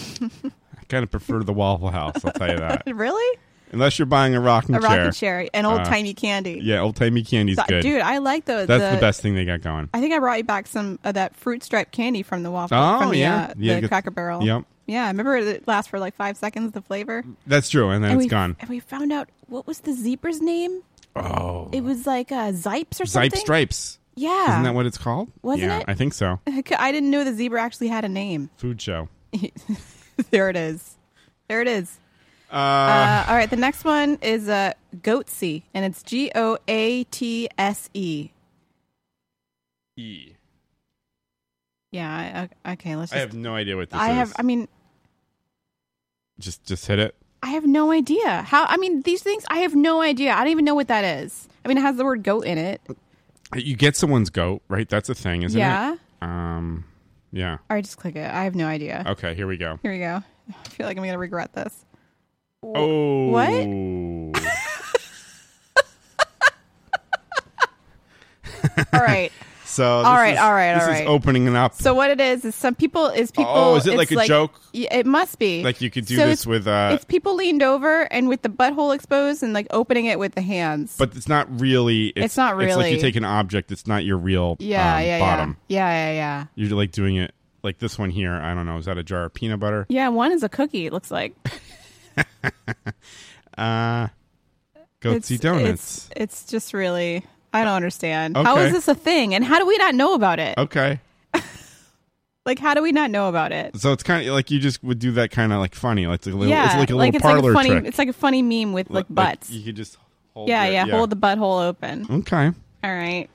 kind of prefer the Waffle House. I'll tell you that.
really?
Unless you're buying a rocking
A
chair. Uh,
rocking chair and old timey candy.
Yeah, old timey candy's
So-
good.
Dude, I like those.
That's the best thing they got going.
I think I brought you back some of that fruit stripe candy from the waffle.
Oh,
from the,
yeah.
uh,
Yeah,
the
good-
Cracker Barrel.
Yep.
Yeah, I remember it lasts for like five seconds. The flavor, and
That's true, and then it's
we,
gone.
And we found out what was the zebra's name.
Oh,
It was like uh, Zipes or something.
Zipe Stripes.
Yeah.
Isn't that what it's called?
Wasn't
yeah,
it?
I think so.
I didn't know the zebra actually had a name.
Food show.
there it is. There it is.
Uh,
Uh, all right, the next one is uh, Goatse, and it's G O A T S E.
E.
Yeah. I, okay. Let's.
I
Just,
have no idea what this
I
is.
have. I mean,
just just hit it.
I have no idea how. I mean, these things. I have no idea. I don't even know what that is. I mean, it has the word goat in it.
You get someone's goat, right? That's a thing, isn't
Yeah.
it? Um, yeah.
All right, just click it. I have no idea.
Okay, here we go.
Here we go. I feel like I'm gonna regret this. Wh-
Oh.
What? All right.
so
All
this
right,
is-
all right, all
this
right.
is opening it up.
So what it is is some people is people.
Oh, is it
it's
like a joke?
Y- It must be.
Like you could do
So
this
it's-
with, uh,
it's people leaned over and with the butthole exposed and like opening it with the hands.
but it's not really. It's,
It's not
It's like you
really.
take an object. It's not your real
yeah,
um,
yeah,
bottom.
yeah, yeah, yeah, yeah.
You're like doing it like this one here. I don't know. Is that a jar of peanut butter?
Yeah, one is a cookie. It looks like
Uh,
It's-
Goatsy donuts.
It's, it's just really. I don't understand. How
Okay.
is this a thing? And how do we not know about it?
Okay.
Like, how do we not know about it?
So it's kind of like you just would do that kind of like funny, like it's a little,
yeah,
it's like a little
it's like
parlor
a funny,
trick.
It's like a funny meme with like
Like,
butts.
you could just hold
yeah,
it-
yeah,
yeah.
hold the butthole open.
okay,
All right,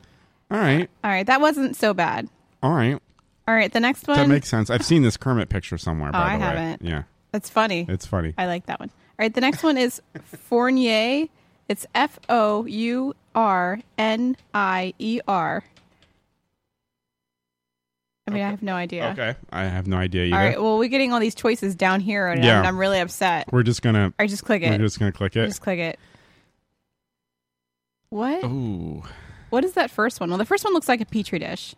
all right,
all right. That wasn't so bad.
all right.
All right, the next one.
That makes sense. I've seen this Kermit picture somewhere.
Oh, I
by the way.
haven't.
Yeah,
That's funny.
it's funny.
I like that one. All right, the next one is Fournier. It's F O U R N I E R. I mean, I have no idea.
Okay, I have no idea either.
All right. Well, we're getting all these choices down here, and
Yeah.
I'm- I'm really upset.
we're just gonna.
I just click
We're
it.
just gonna click it.
Just click it. What?
Ooh.
What is that first one? Well, the first one looks like a petri dish,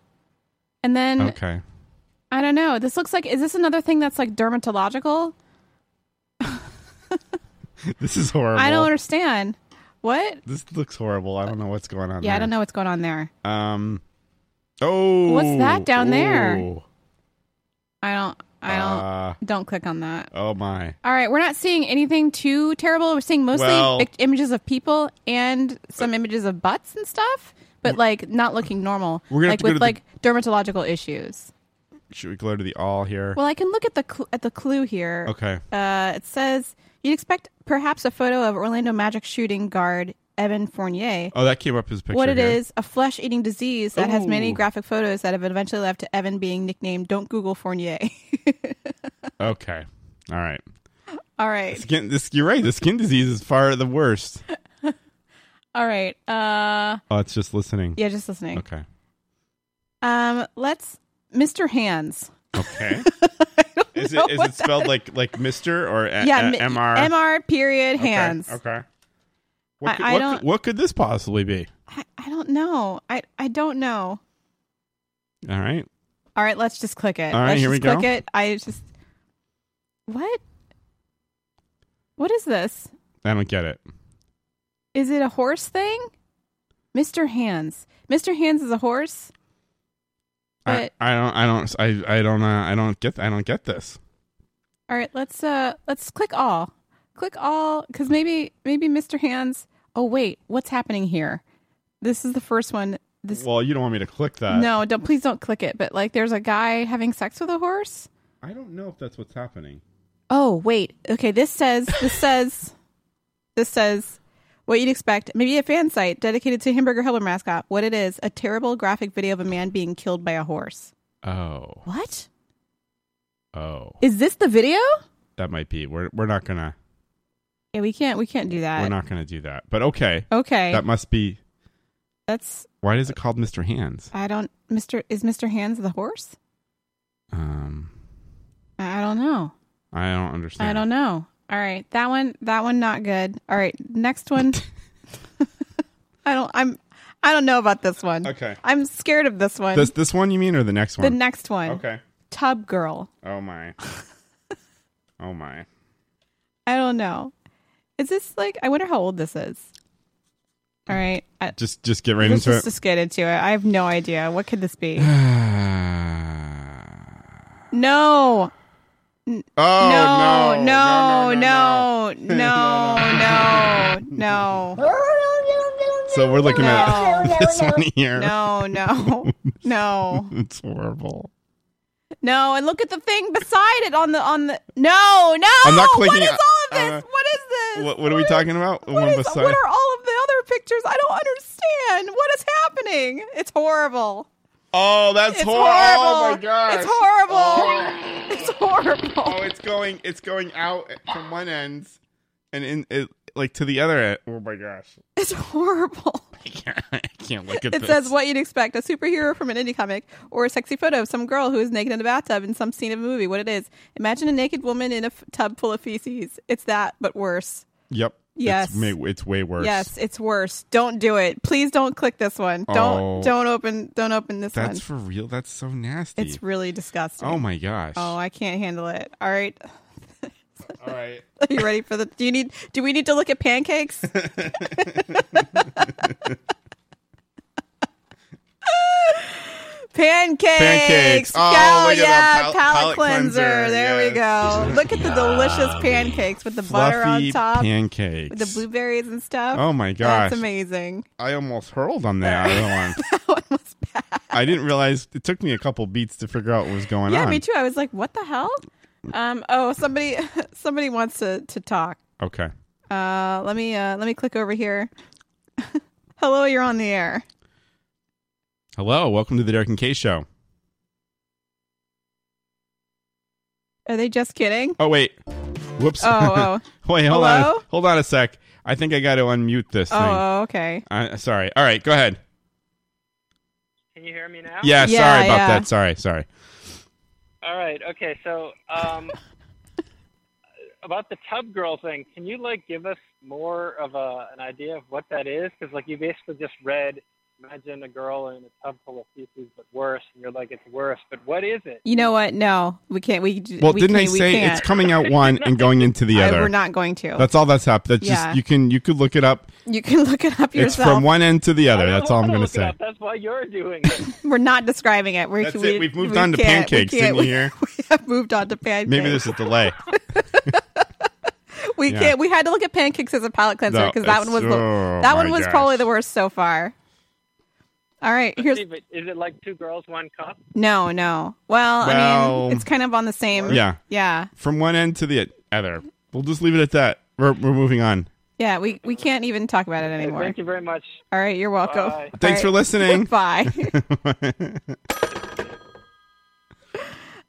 and then
Okay.
I don't know. This looks like is this another thing that's like dermatological?
This is horrible.
I don't understand. What?
This looks horrible. I don't know what's going on.
Yeah, I don't know what's going on there.
know. Um. Oh.
What's that down there?
Ooh.
I don't. I don't.
Uh,
don't click on that.
oh my.
All right, we're not seeing anything too terrible. We're seeing mostly
Well-
pic- images of people and some images of butts and stuff, but like not looking normal.
We're gonna have
like
to go
with
to the-
like dermatological issues.
Should we go to the all here?
Well, I can look at the cl- at the clue here.
Okay.
Uh, it says you'd expect perhaps a photo of Orlando Magic shooting guard Evan Fournier.
oh, that came up his picture.
what it
here.
is, a flesh-eating disease that has many
Ooh.
graphic photos that have eventually led to Evan being nicknamed "Don't Google Fournier."
Okay. All right.
All right.
Skin. This. You're right. The skin disease is far the worst.
All right. Uh
Oh, it's just listening.
yeah, just listening.
Okay.
Um let's Mr. Hands.
Okay. is
know
it is
what
it spelled like like Mister or a,
yeah,
a-
mi-
Mr.
MR period
Okay,
hands.
Okay. What
I-
could,
I
what,
don't-
could, what could this possibly be?
I don't know. I I don't know.
All right.
All right, let's just click it.
All right,
let's
here we
just click
go.
it. I just What? What is this?
I don't get it.
Is it a horse thing? Mr. Hands. Mr. Hands is a horse?
I,
But-
I don't. I don't. I. I don't. Uh, I don't get. I don't get this.
All right, let's uh let's click all. Click all cuz maybe maybe Mr. Hands. Oh wait, what's happening here? This is the first one. This
well, you don't want me to click that.
No, don't please don't click it, but like there's a guy having sex with a horse?
I don't know if that's what's happening.
Oh, wait. Okay, this says this says this says what you'd expect. Maybe a fan site dedicated to hamburger helper mascot. What it is, a terrible graphic video of a man being killed by a horse.
Oh.
What?
Oh.
Is this the video?
That might be. We're. We're not gonna.
Yeah, we can't we can't do that.
we're not gonna do that. But okay.
Okay.
That must be.
That's
Why is it called Mister Hands?
I don't Mr. Is Mr. Hands the horse?
Um.
I I don't know.
I don't understand.
I don't know. All right, that one, that one, not good. All right, next one. I don't. I'm. I don't know about this one.
Okay.
I'm scared of this one.
This this one you mean or the next
the
one?
next one.
Okay.
Tub girl.
Oh my. oh my.
I don't know. Is this like? I wonder how old this is. All right, I,
Just just get right
let's
into
just,
it.
just get into it. I have no idea. What could this be? no. N-
Oh,
no! No!
no,
No! No! No! No!
so we're looking
No.
at this one here.
No, no, no.
it's horrible.
No! And look at the thing beside it on the on the. No! No!
I'm not
What
clicking
is all
it.
of this?
Uh,
what is this?
What, what are we talking about? The one
is-
beside.
What are all of the other pictures? I don't understand. What is happening? It's horrible.
oh, that's
it's
horrible! Oh my
horrible.
gosh!
It's horrible. It's horrible.
Oh, it's going it's going out from one end and in it, like to the other end. Oh my gosh!
It's horrible.
I can't look at
It
this.
says what you'd expect a superhero from an indie comic or a sexy photo of some girl who is naked in a bathtub in some scene of a movie. What it is. Imagine a naked woman in a f- tub full of feces. It's that, but worse.
Yep.
Yes.
It's, ma- it's way worse.
Yes, it's worse. Don't do it. Please don't click this one.
Oh.
Don't don't open don't open this one.
That's for real. That's so nasty.
It's really disgusting.
Oh my gosh.
Oh, I can't handle it. All right.
All right.
Are you ready for the Do you need do we need to look at pancakes? Pancakes.
Pancakes. Oh,
Hell
look at the
yeah,
pal-
palate,
palate
cleanser.
cleanser,
There we go. Look at the delicious pancakes with the butter on
Fluffy
top.
pancakes.
With the blueberries and stuff.
Oh my
That's
gosh.
amazing. Oh,
I almost hurled on that other one. I didn't realize it took me a couple beats to figure out what was going
yeah,
on.
me too. I was like, what the hell? Um oh somebody somebody wants to, to talk.
Okay.
Uh, let me uh, let me click over here. Hello, you're on the air.
Hello, welcome to the Derek and Kay show.
Are they just kidding?
Oh wait. Whoops.
Oh,
wait, hold
Hello?
on. Hold on a sec. I think I got to unmute this
Oh,
thing.
oh, okay.
Uh, sorry. All right, go ahead.
Can you hear me now?
Yeah, sorry about
yeah.
that. Sorry, sorry.
All right. Okay. So, um, about the tub girl thing, can you like give us more of a, an idea of what that is? Because like you basically just read, imagine a girl in a tub full of feces, but worse, and you're like, it's worse. But what is it?
You know what? No, we can't. We j-
Well,
we
didn't I
can't- we
say
can't.
it's coming out one and going into the
I-
other?
we're not going to.
That's all that's happened. That's
Yeah.
just you can you could look it up.
You can look it up
It's
yourself.
from one end to the other. That's all I'm going to say.
That's why you're doing it.
We're not describing it. We're,
That's
we,
it. We've moved
we
on to
can't- we
pancakes.
can't-
Didn't you hear?
We have moved on to pancakes.
Maybe there's a delay.
we
yeah.
can't. We had to look at pancakes as a palate cleanser
No,
because that
it's-
one was the,
oh,
that one
my
was
gosh.
probably the worst so far. All right,
But
here's
see, but is it like two girls, one cup?
no, no. Well, I
Well-
mean, it's kind of on the same.
Yeah.
yeah.
From one end to the e-, other. We'll just leave it at that. We're we're moving on.
Yeah, we, we can't even talk about it anymore.
Thank you very much.
All right, you're welcome.
Bye.
All
Thanks for
right,
listening.
Bye.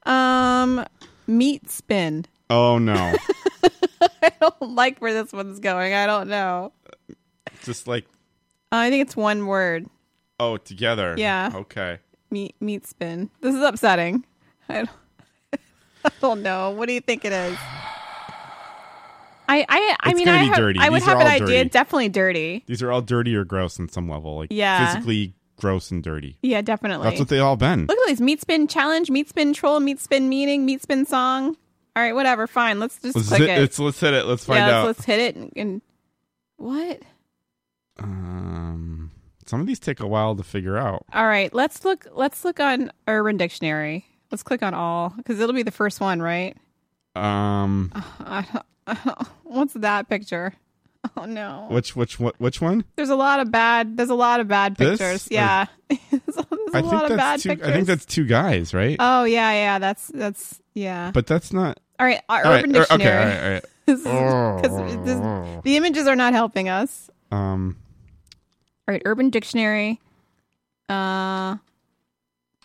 um, meat spin.
oh no.
I don't like where this one's going. I don't know. Uh,
Just like
I think it's one word.
oh together.
Yeah.
Okay.
Meat meat spin. This is upsetting. I don't, I don't know. What do you think it is? I I I
It's
mean
gonna
I
be
have,
dirty.
I would
These are
have an
all
idea.
dirty.
Definitely dirty.
These are all dirty or gross on some level. Like
Yeah.
physically gross and dirty.
Yeah, definitely.
That's what they all been.
Look at these meat spin challenge, meat spin troll, meat spin meeting, meat spin song. All right, whatever. Fine. Let's just
Let's,
click
hit,
it.
let's let's hit it. Let's find
yeah,
out.
Let's, let's hit it and, and what?
Um, some of these take a while to figure out.
All right, let's look. Let's look on Urban Dictionary. Let's click on all because it'll be the first one, right?
Um,
I don't- I don't- What's that picture? Oh no.
which which what which one?
There's a lot of bad. There's a lot of bad
This?
pictures. Yeah. there's a
I
lot of
think that's
bad
two.
pictures.
I think that's two guys, right?
Oh yeah, yeah. That's that's yeah.
but that's not.
all right, uh,
All right, Oh.
Urban
er,
Dictionary.
Okay, all right, all right.
Because the images are not helping us.
um,
All right, Urban Dictionary. Uh,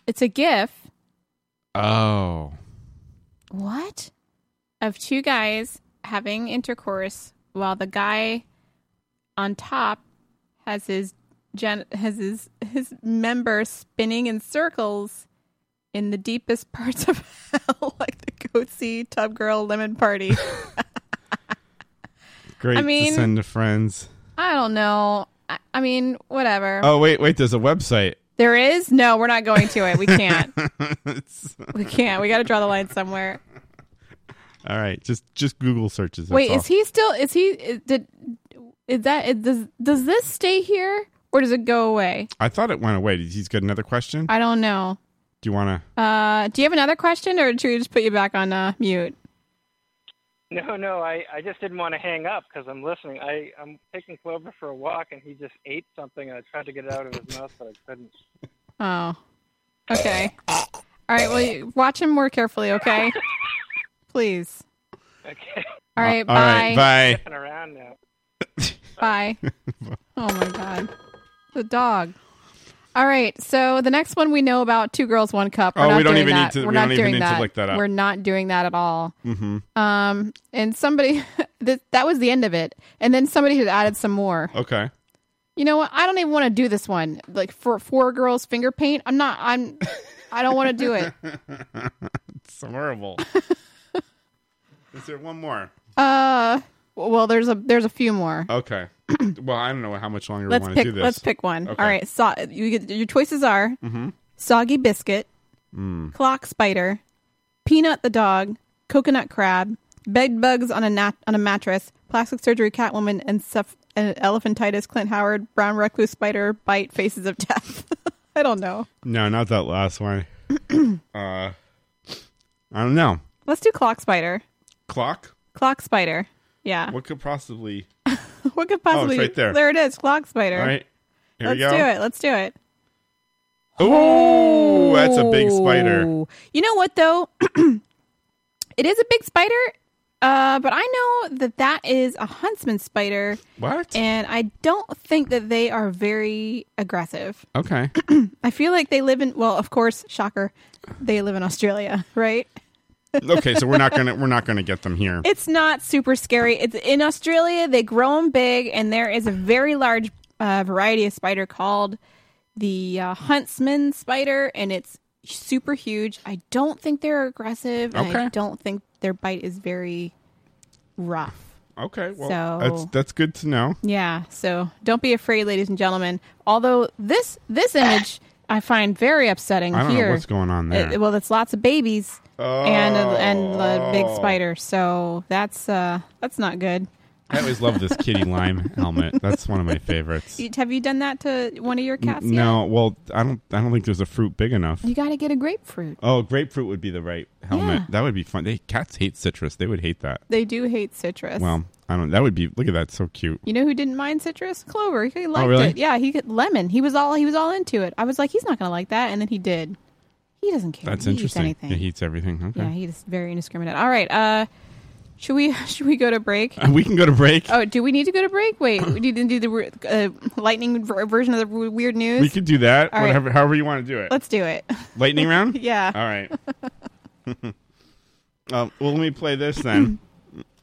it's a GIF.
oh,
What? Of two guys having intercourse while the guy on top has his gen- has his his member spinning in circles in the deepest parts of hell, like the Goatsy Tub Girl Lemon Party.
great.
I mean-
to send to friends.
I don't know. I, I mean, whatever.
Oh wait, wait. There's a website.
There is no. We're not going to it. We can't.
It's-
we can't. We got to draw the line somewhere.
All right, just just Google searches. that's
Wait,
all.
is he still? Is he? is- Did is that? Is, does does this stay here or does it go away?
I thought it went away. Did he's got another question?
I don't know.
Do you want
Uh, do you have another question, or should we just put you back on uh, mute?
No, no, I, I just didn't want to hang up because I'm listening. I, I'm taking Clover for a walk, and he just ate something, and I tried to get it out of his mouth, but I couldn't.
Oh, okay. All right. Well, you- watch him more carefully, okay? Please.
Okay.
All right.
Uh, all right,
bye.
bye.
Sniffing around now.
Bye. oh my god, the dog. All right, so the next one we know about two girls, one cup. We're
Oh,
not
we don't
doing
even need
that.
to-
We're
we
not
don't even
doing
need to
that.
look that up.
We're not doing that at all.
to? Mm-hmm.
Um, and somebody that that was the end of it, and then somebody had added some more.
Okay.
You know what? I don't even want to do this one. Like for four girls finger paint, I'm not. I'm. I don't want to do it.
it's horrible. Is there one more?
Uh, well, there's a there's a few more.
Okay. well, I don't know how much longer
Let's
we want
pick.
to do this.
Let's pick one.
Okay.
All right. So you get your choices are
Mm-hmm.
soggy biscuit,
Mm.
clock spider, peanut the dog, coconut crab, bed bugs on a nat- on a mattress, plastic surgery catwoman, and ceph- and elephantitis. Clint Howard, brown recluse spider, bite faces of death. I don't know.
No, not that last one. uh, I don't know.
Let's do clock spider.
Clock.
Clock spider. Yeah.
What could possibly?
What could possibly?
right there.
it is. Clock spider.
All right. Here
Let's
we go.
do it. Let's do it.
Ooh, that's a big spider.
You know what though? it is a big spider, uh, but I know that that is a huntsman spider.
What?
And I don't think that they are very aggressive.
Okay.
I feel like they live in well, of course, shocker, they live in Australia, right?
okay, so we're not gonna we're not gonna get them here.
It's not super scary. It's in Australia. They grow them big, and there is a very large uh, variety of spider called the uh, huntsman spider, and it's super huge. I don't think they're aggressive. and I
Okay.
don't think their bite is very rough.
Okay, well
So-
that's that's good to know.
Yeah, so don't be afraid, ladies and gentlemen. Although this this image I find very upsetting
I don't know
here.
what's going on there. Oh.
It- well, it's lots of babies and a, and the big spider. So that's uh that's not good.
I always love this kitty lime helmet. That's one of my favorites.
You- Have you done that to one of your
N-
cats? yet?
No, well, I don't I don't think there's a fruit big enough.
You got to get a grapefruit.
Oh, grapefruit would be the right helmet.
Yeah.
That would be fun. They cats hate citrus. They would hate that.
They do hate citrus.
Well, I don't. That would be. Look at that. So cute.
you know who didn't mind citrus? Clover. He liked
Oh, really?
it. Yeah, he could lemon. He was all he was all into it. I was like, he's not going to like that, and then he did. He doesn't care.
That's
He eats
interesting.
anything.
Yeah, he eats everything. Okay.
Yeah, he's very indiscriminate. All right. Uh, should we should we go to break?
we can go to break.
Oh, do we need to go to break? Wait, we need to do the uh, lightning ver- version of the w- weird news.
we could do that.
All right.
Whatever. However you want to do it.
Let's do it.
Lightning round?
Yeah.
All right. uh, well, let me play this then.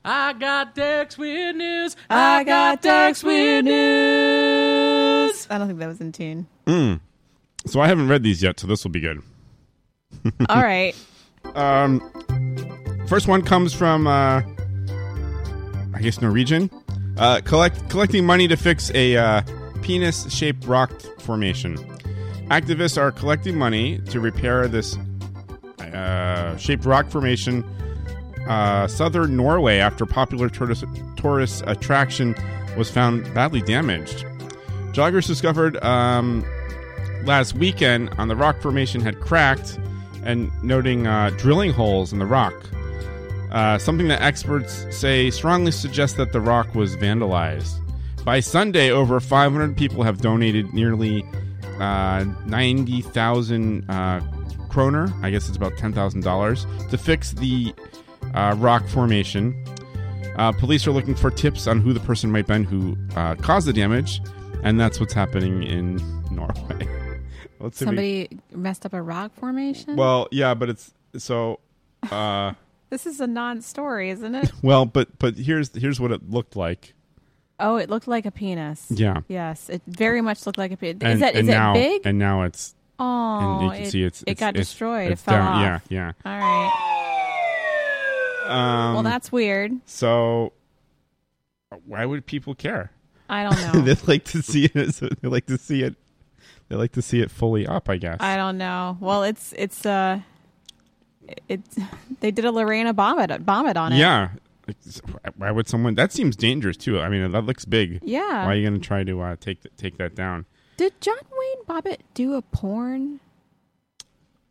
I got Dex Weird News.
I got Dex Weird News. I don't think that was in tune.
Mm. So I haven't read these yet, so this will be good.
All right.
Um, first one comes from, uh, I guess, Norwegian. Uh, collect collecting money to fix a uh, penis-shaped rock formation. Activists are collecting money to repair this uh, shaped rock formation, uh, southern Norway, after popular tourist tourist attraction was found badly damaged. Joggers discovered um, last weekend on the rock formation had cracked and noting uh, drilling holes in the rock. Uh, something that experts say strongly suggests that the rock was vandalized. By Sunday, over 500 people have donated nearly uh, 90,000 uh, kroner, I guess it's about $10,000, to fix the uh, rock formation. Uh, police are looking for tips on who the person might been who uh, caused the damage, and that's what's happening in Norway. Let's see if we-
Somebody messed up a rock formation.
well, yeah, but it's so. Uh,
this is a non-story, isn't it?
well, but but here's here's what it looked like.
Oh, it looked like a penis.
Yeah.
Yes, it very much looked like a penis.
and,
is that is
and now,
it big?
And now it's.
Oh,
and you can
it-
see it's,
it
it's-
got
it's-
destroyed. It
it's
fell
down.
off.
Yeah,
All right.
yeah. Um,
well, that's weird.
So, why would people care?
I don't know.
they like to see it. They like to see it. They like to see it fully up. I guess.
I don't know. Well, it's it's uh it they did a Lorena vomit vomit on it.
Yeah. It's- Why would someone? That seems dangerous too. I mean, that looks big.
Yeah.
Why are you going to try to uh, take th- take that down?
Did John Wayne Bobbitt do a porn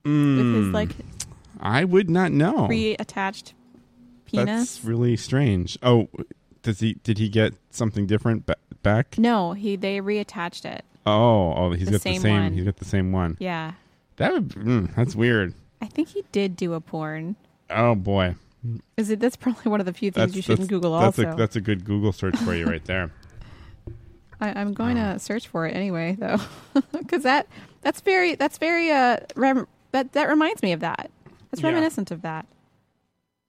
Mm,
like,
I would not know.
pre-attached penis?
That's really strange. Oh, does he? Did he get something different ba- back?
No, he they reattached it.
Oh, oh, he's
The
got
same
the same.
one.
He's got the same one.
Yeah,
That would. Mm, that's weird.
I think he did do a porn.
Oh boy.
Is it? That's probably one of the few things you shouldn't Google.
that's
also,
A, that's a good Google search for you right there.
I, I'm going
Ah.
to search for it anyway, though, because that that's very that's very uh rem- that that reminds me of that. That's
Yeah.
reminiscent of that.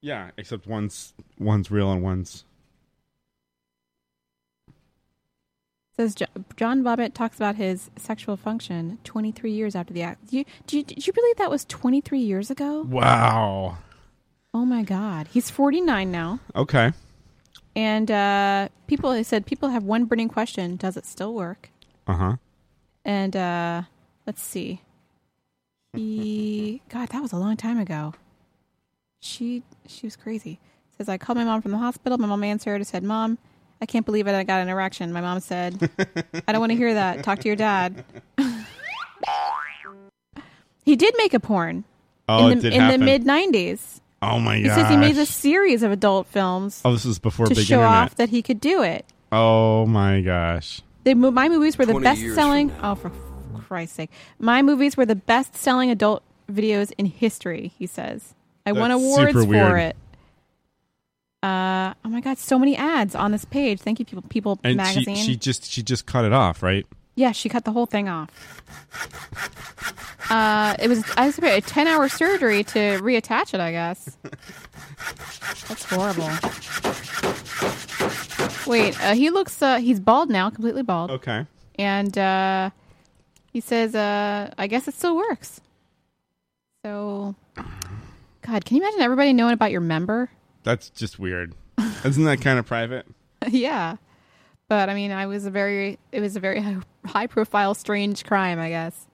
yeah, except one's one's real and one's
Says Jo- John Bobbitt talks about his sexual function 23 years after the act. Do you, do you, did you believe that was 23 years ago?
wow.
Oh my God, he's 49 now,
Okay.
and uh, people he said people have one burning question: Does it still work?
Uh huh.
And uh, let's see. He God, that was a long time ago. She she was crazy. Says I called my mom from the hospital. My mom answered. I said, "Mom, I can't believe it. I got an erection." My mom said, "I don't want to hear that. Talk to your dad." he did make a porn.
Oh,
in the,
it did
in
happen.
the mid '90s.
Oh my
He says he made a
gosh.
series of adult films
Oh, this was before
to
big
show
internet.
off that he could do it.
Oh my gosh.
They mo- my movies were the
20 years
best
from
selling. Oh, for Christ's sake! My movies were the best selling adult videos in history. He says. I won
That's
awards
super
for
weird.
it. Uh, oh my God! So many ads on this page. Thank you, people. People
And
magazine.
she she just she just cut it off, right?
yeah, she cut the whole thing off. Uh, it was I was a ten hour surgery to reattach it. I guess. That's horrible. Wait, uh, he looks. Uh, he's bald now, completely bald.
Okay.
And uh, he says, uh, I guess it still works. So, God, can you imagine everybody knowing about your member?
That's just weird. Isn't that kind of private?
yeah. But I mean, I was a very, it was a very high profile, strange crime, I guess.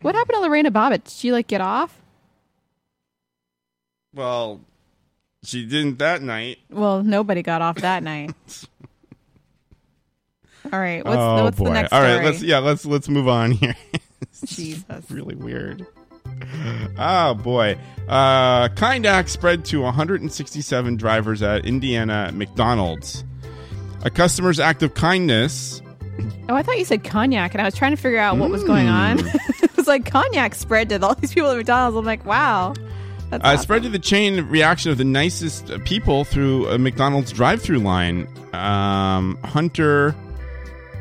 What happened to Lorena Bobbitt? Did she like get off?
Well, she didn't that night.
Well, nobody got off that night. All right. What's,
oh
the, what's
boy!
the next
All right,
story?
let's yeah, let's let's move on here. It's
Jesus.
really weird. Oh boy! Uh, kind act spread to 167 drivers at Indiana McDonald's. A customer's act of kindness.
Oh, I thought you said cognac, and I was trying to figure out what was going on.
Mm.
it was like cognac spread to all these people at McDonald's. I'm like, wow. That's
Uh, spread to the chain reaction of the nicest uh, people through a McDonald's drive-through line. Um, Hunter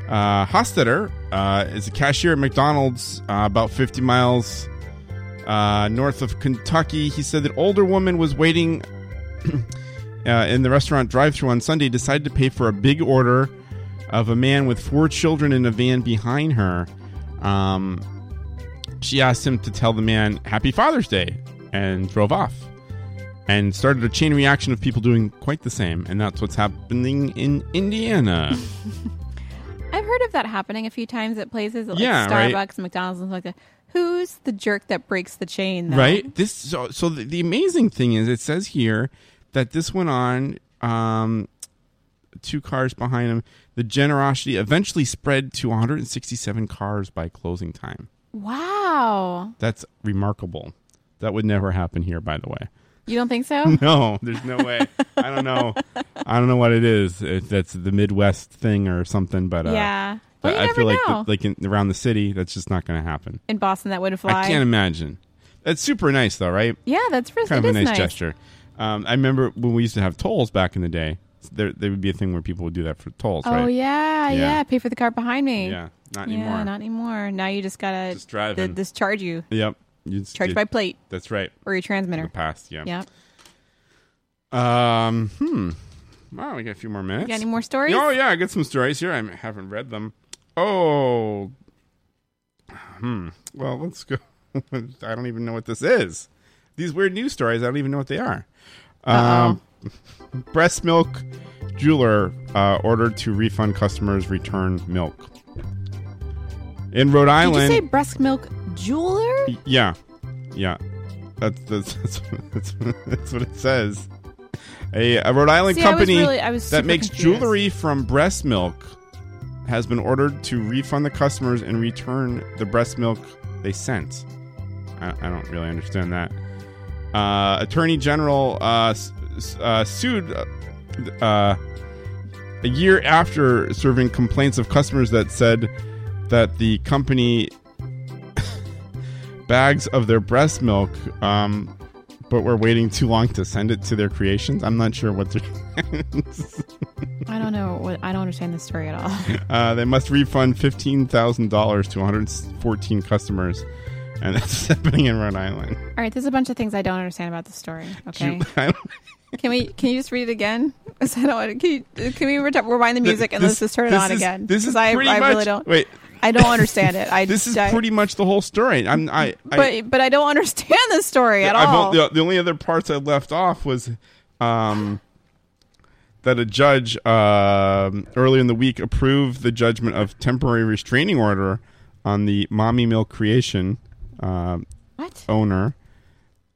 uh, Hostetter uh, is a cashier at McDonald's, uh, about 50 miles uh, north of Kentucky. He said that older woman was waiting uh, in the restaurant drive-through on Sunday, decided to pay for a big order of a man with four children in a van behind her. Um, she asked him to tell the man Happy Father's Day and drove off and started a chain reaction of people doing quite the same. And that's what's happening in Indiana.
I've heard of that happening a few times at places like
Yeah, right.
Starbucks, McDonald's, and stuff like that. Who's the jerk that breaks the chain? Though?
right? This so, so the, the amazing thing is it says here that this went on um, two cars behind him. The generosity eventually spread to 167 cars by closing time.
Wow.
That's remarkable. That would never happen here, by the way.
You don't think so?
No, there's no way. I don't know. I don't know what it is. If that's the Midwest thing or something, but uh,
Yeah.
but
Well, you
I
never
feel like
know.
like in, around the city, that's just not going to happen.
In Boston, that wouldn't fly.
I can't imagine. That's super nice, though, right?
Yeah, that's really-
kind
it
of a
is
nice,
nice.
gesture. Um, I remember when we used to have tolls back in the day. There, there would be a thing where people would do that for tolls.
oh
right?
yeah, yeah,
Yeah.
Pay for the car behind me.
Yeah, not
Yeah,
anymore.
not anymore. Now you just gotta
Just driving.
di- discharge you
Yep. You just-
Charge
it-
by plate.
That's right.
or your transmitter.
The past, yeah.
Yep.
Um, hmm. Wow, we got a few more minutes.
You got any more stories?
Oh yeah, I got some stories here. I haven't read them. Oh, hmm. Well, let's go. I don't even know what this is. These weird news stories. I don't even know what they are. Um, breast milk jeweler uh, ordered to refund customers returned milk in Rhode
Did you
Island.
say breast milk jeweler?
Yeah, yeah. That's that's that's, that's, that's what it says. A, a Rhode Island
See, I was
company
really- I was
that
super
makes
confused.
jewelry from breast milk has been ordered to refund the customers and return the breast milk they sent. I, I don't really understand that. Uh, Attorney General uh, s- s- uh, sued uh, a year after serving complaints of customers that said that the company bags of their breast milk, um, but were waiting too long to send it to their creations. I'm not sure what they're.
I don't know. What, I don't understand this story at all.
uh, they must refund fifteen thousand dollars to 114 customers, and that's happening in Rhode Island.
All right, there's a bunch of things I don't understand about the story. Okay,
Ju- I don't-
can we? Can you just read it again? 'Cause I don't want to- Can, you, can we re- rewind the music and
This-
let's just turn it
this
on
is-
again?
This is
'Cause I,
pretty
I
much,
really don't.
Wait,
I don't understand it. I
this is
I-
pretty much the whole story. I'm I. I
but but I don't understand this story at
I've
all.
on- The, the only other parts I left off was um, that a judge um earlier in the week approved the judgment of temporary restraining order on the Mommy Milk Creation um owner.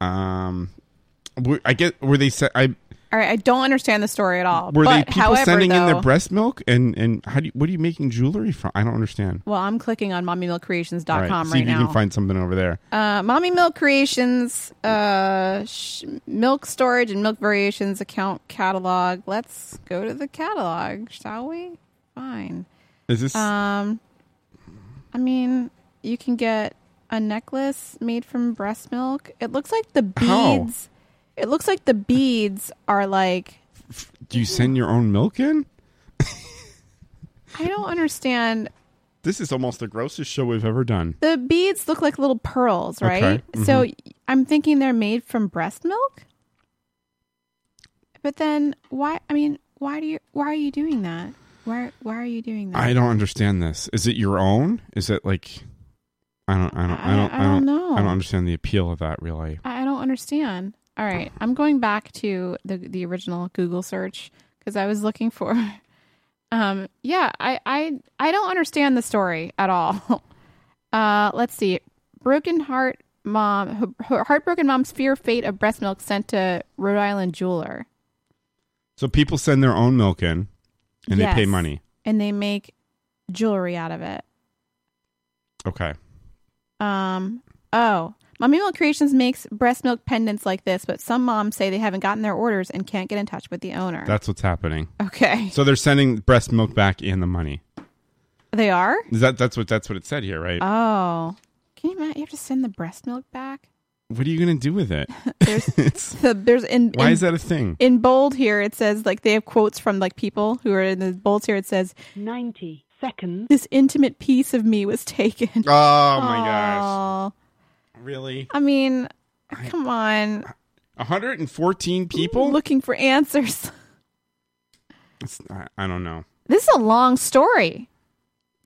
Um, were- I get were they se- I
all right, I don't understand the story at all.
were
but
they people
however,
sending in
though-
their breast milk and and how do you, what are you making jewelry from? I don't understand.
Well, I'm clicking on mommymilkcreations.com
All
right,
see if you
now.
can find something over there.
Uh, Mommy Milk Creations, uh, sh- milk storage and milk variations account catalog. Let's go to the catalog, shall we? Fine.
Is this-
Um, I mean, you can get a necklace made from breast milk. It looks like the
How?
beads. It looks like the beads are like
Do you send your own milk in?
I don't understand.
This is almost the grossest show we've ever done.
The beads look like little pearls, right?
Okay,
So
mhm.
I'm thinking they're made from breast milk. But then why I mean, why do you why are you doing that? Why why are you doing that?
I don't understand this. Is it your own? Is it like I don't I don't I,
I-
don't
I don't know.
I don't understand the appeal of that really.
I, I don't understand. All right, I'm going back to the the original Google search because I was looking for. Um, yeah, I I I don't understand the story at all. Uh, let's see, broken heart mom, her- heartbroken mom's fear fate of breast milk sent to Rhode Island jeweler,
So people send their own milk in and they pay
Yes.
money.
and they make jewelry out of it.
Okay.
Um. Oh, Mommy Milk Creations makes breast milk pendants like this, but some moms say they haven't gotten their orders and can't get in touch with the owner.
That's what's happening.
Okay.
So they're sending breast milk back and the money.
they are.
Is that that's what that's what it said here, right?
Oh, can you imagine? You have to send the breast milk back.
what are you gonna do with it? It's-
So there's in.
Why
in-
is that a thing?
In bold here, it says like they have quotes from like people who are in the bolds here. It says ninety seconds. This intimate piece of me was taken. Oh my
gosh. really?
I mean, come on.
114 people?
looking for answers.
It's, I, I don't know.
This is a long story.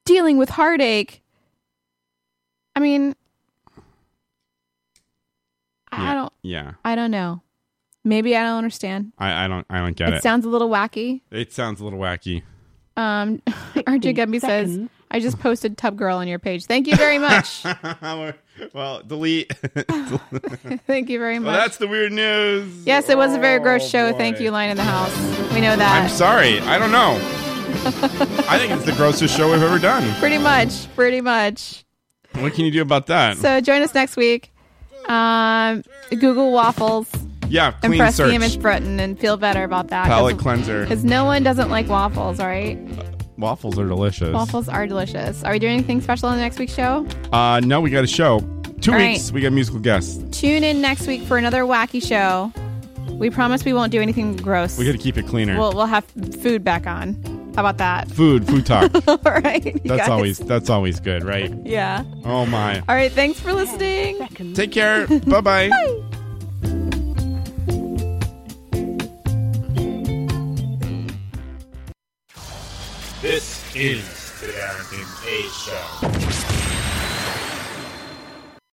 Dealing with heartache. I mean, I- I
Yeah,
don't.
yeah.
I don't know. Maybe I don't understand.
I, I don't I don't get it.
it sounds a little wacky.
it sounds a little wacky.
Um, RJ Gubby says, "I just posted Tub Girl on your page. Thank you very much.
well, delete.
Thank you very much.
Well, that's the weird news. Oh,
yes, it was a very gross show. Thank
boy.
you, Line in the House. We know that.
I'm sorry. I don't know. I think it's the grossest show we've ever done.
Pretty much. Pretty much.
What can you do about that?
So join us next week. Um, Google waffles.
yeah,
and
clean
press the
search.
image button and feel better about that.
Palate cleanser.
Because no one doesn't like waffles, all right?
Waffles are delicious.
Waffles are delicious. Are we doing anything special on the next week's show?
Uh, no, we got a show. Two
All right.
weeks. We got musical guests.
Tune in next week for another wacky show. We promise we won't do anything gross.
We got to keep it cleaner.
We'll, we'll have food back on. How about that?
food, food talk.
all right. you
That's
guys.
always that's always good, right?
Yeah.
Oh my.
All right. Thanks for listening.
Take care. Bye-bye.
Bye.
This is the Darrington A Show.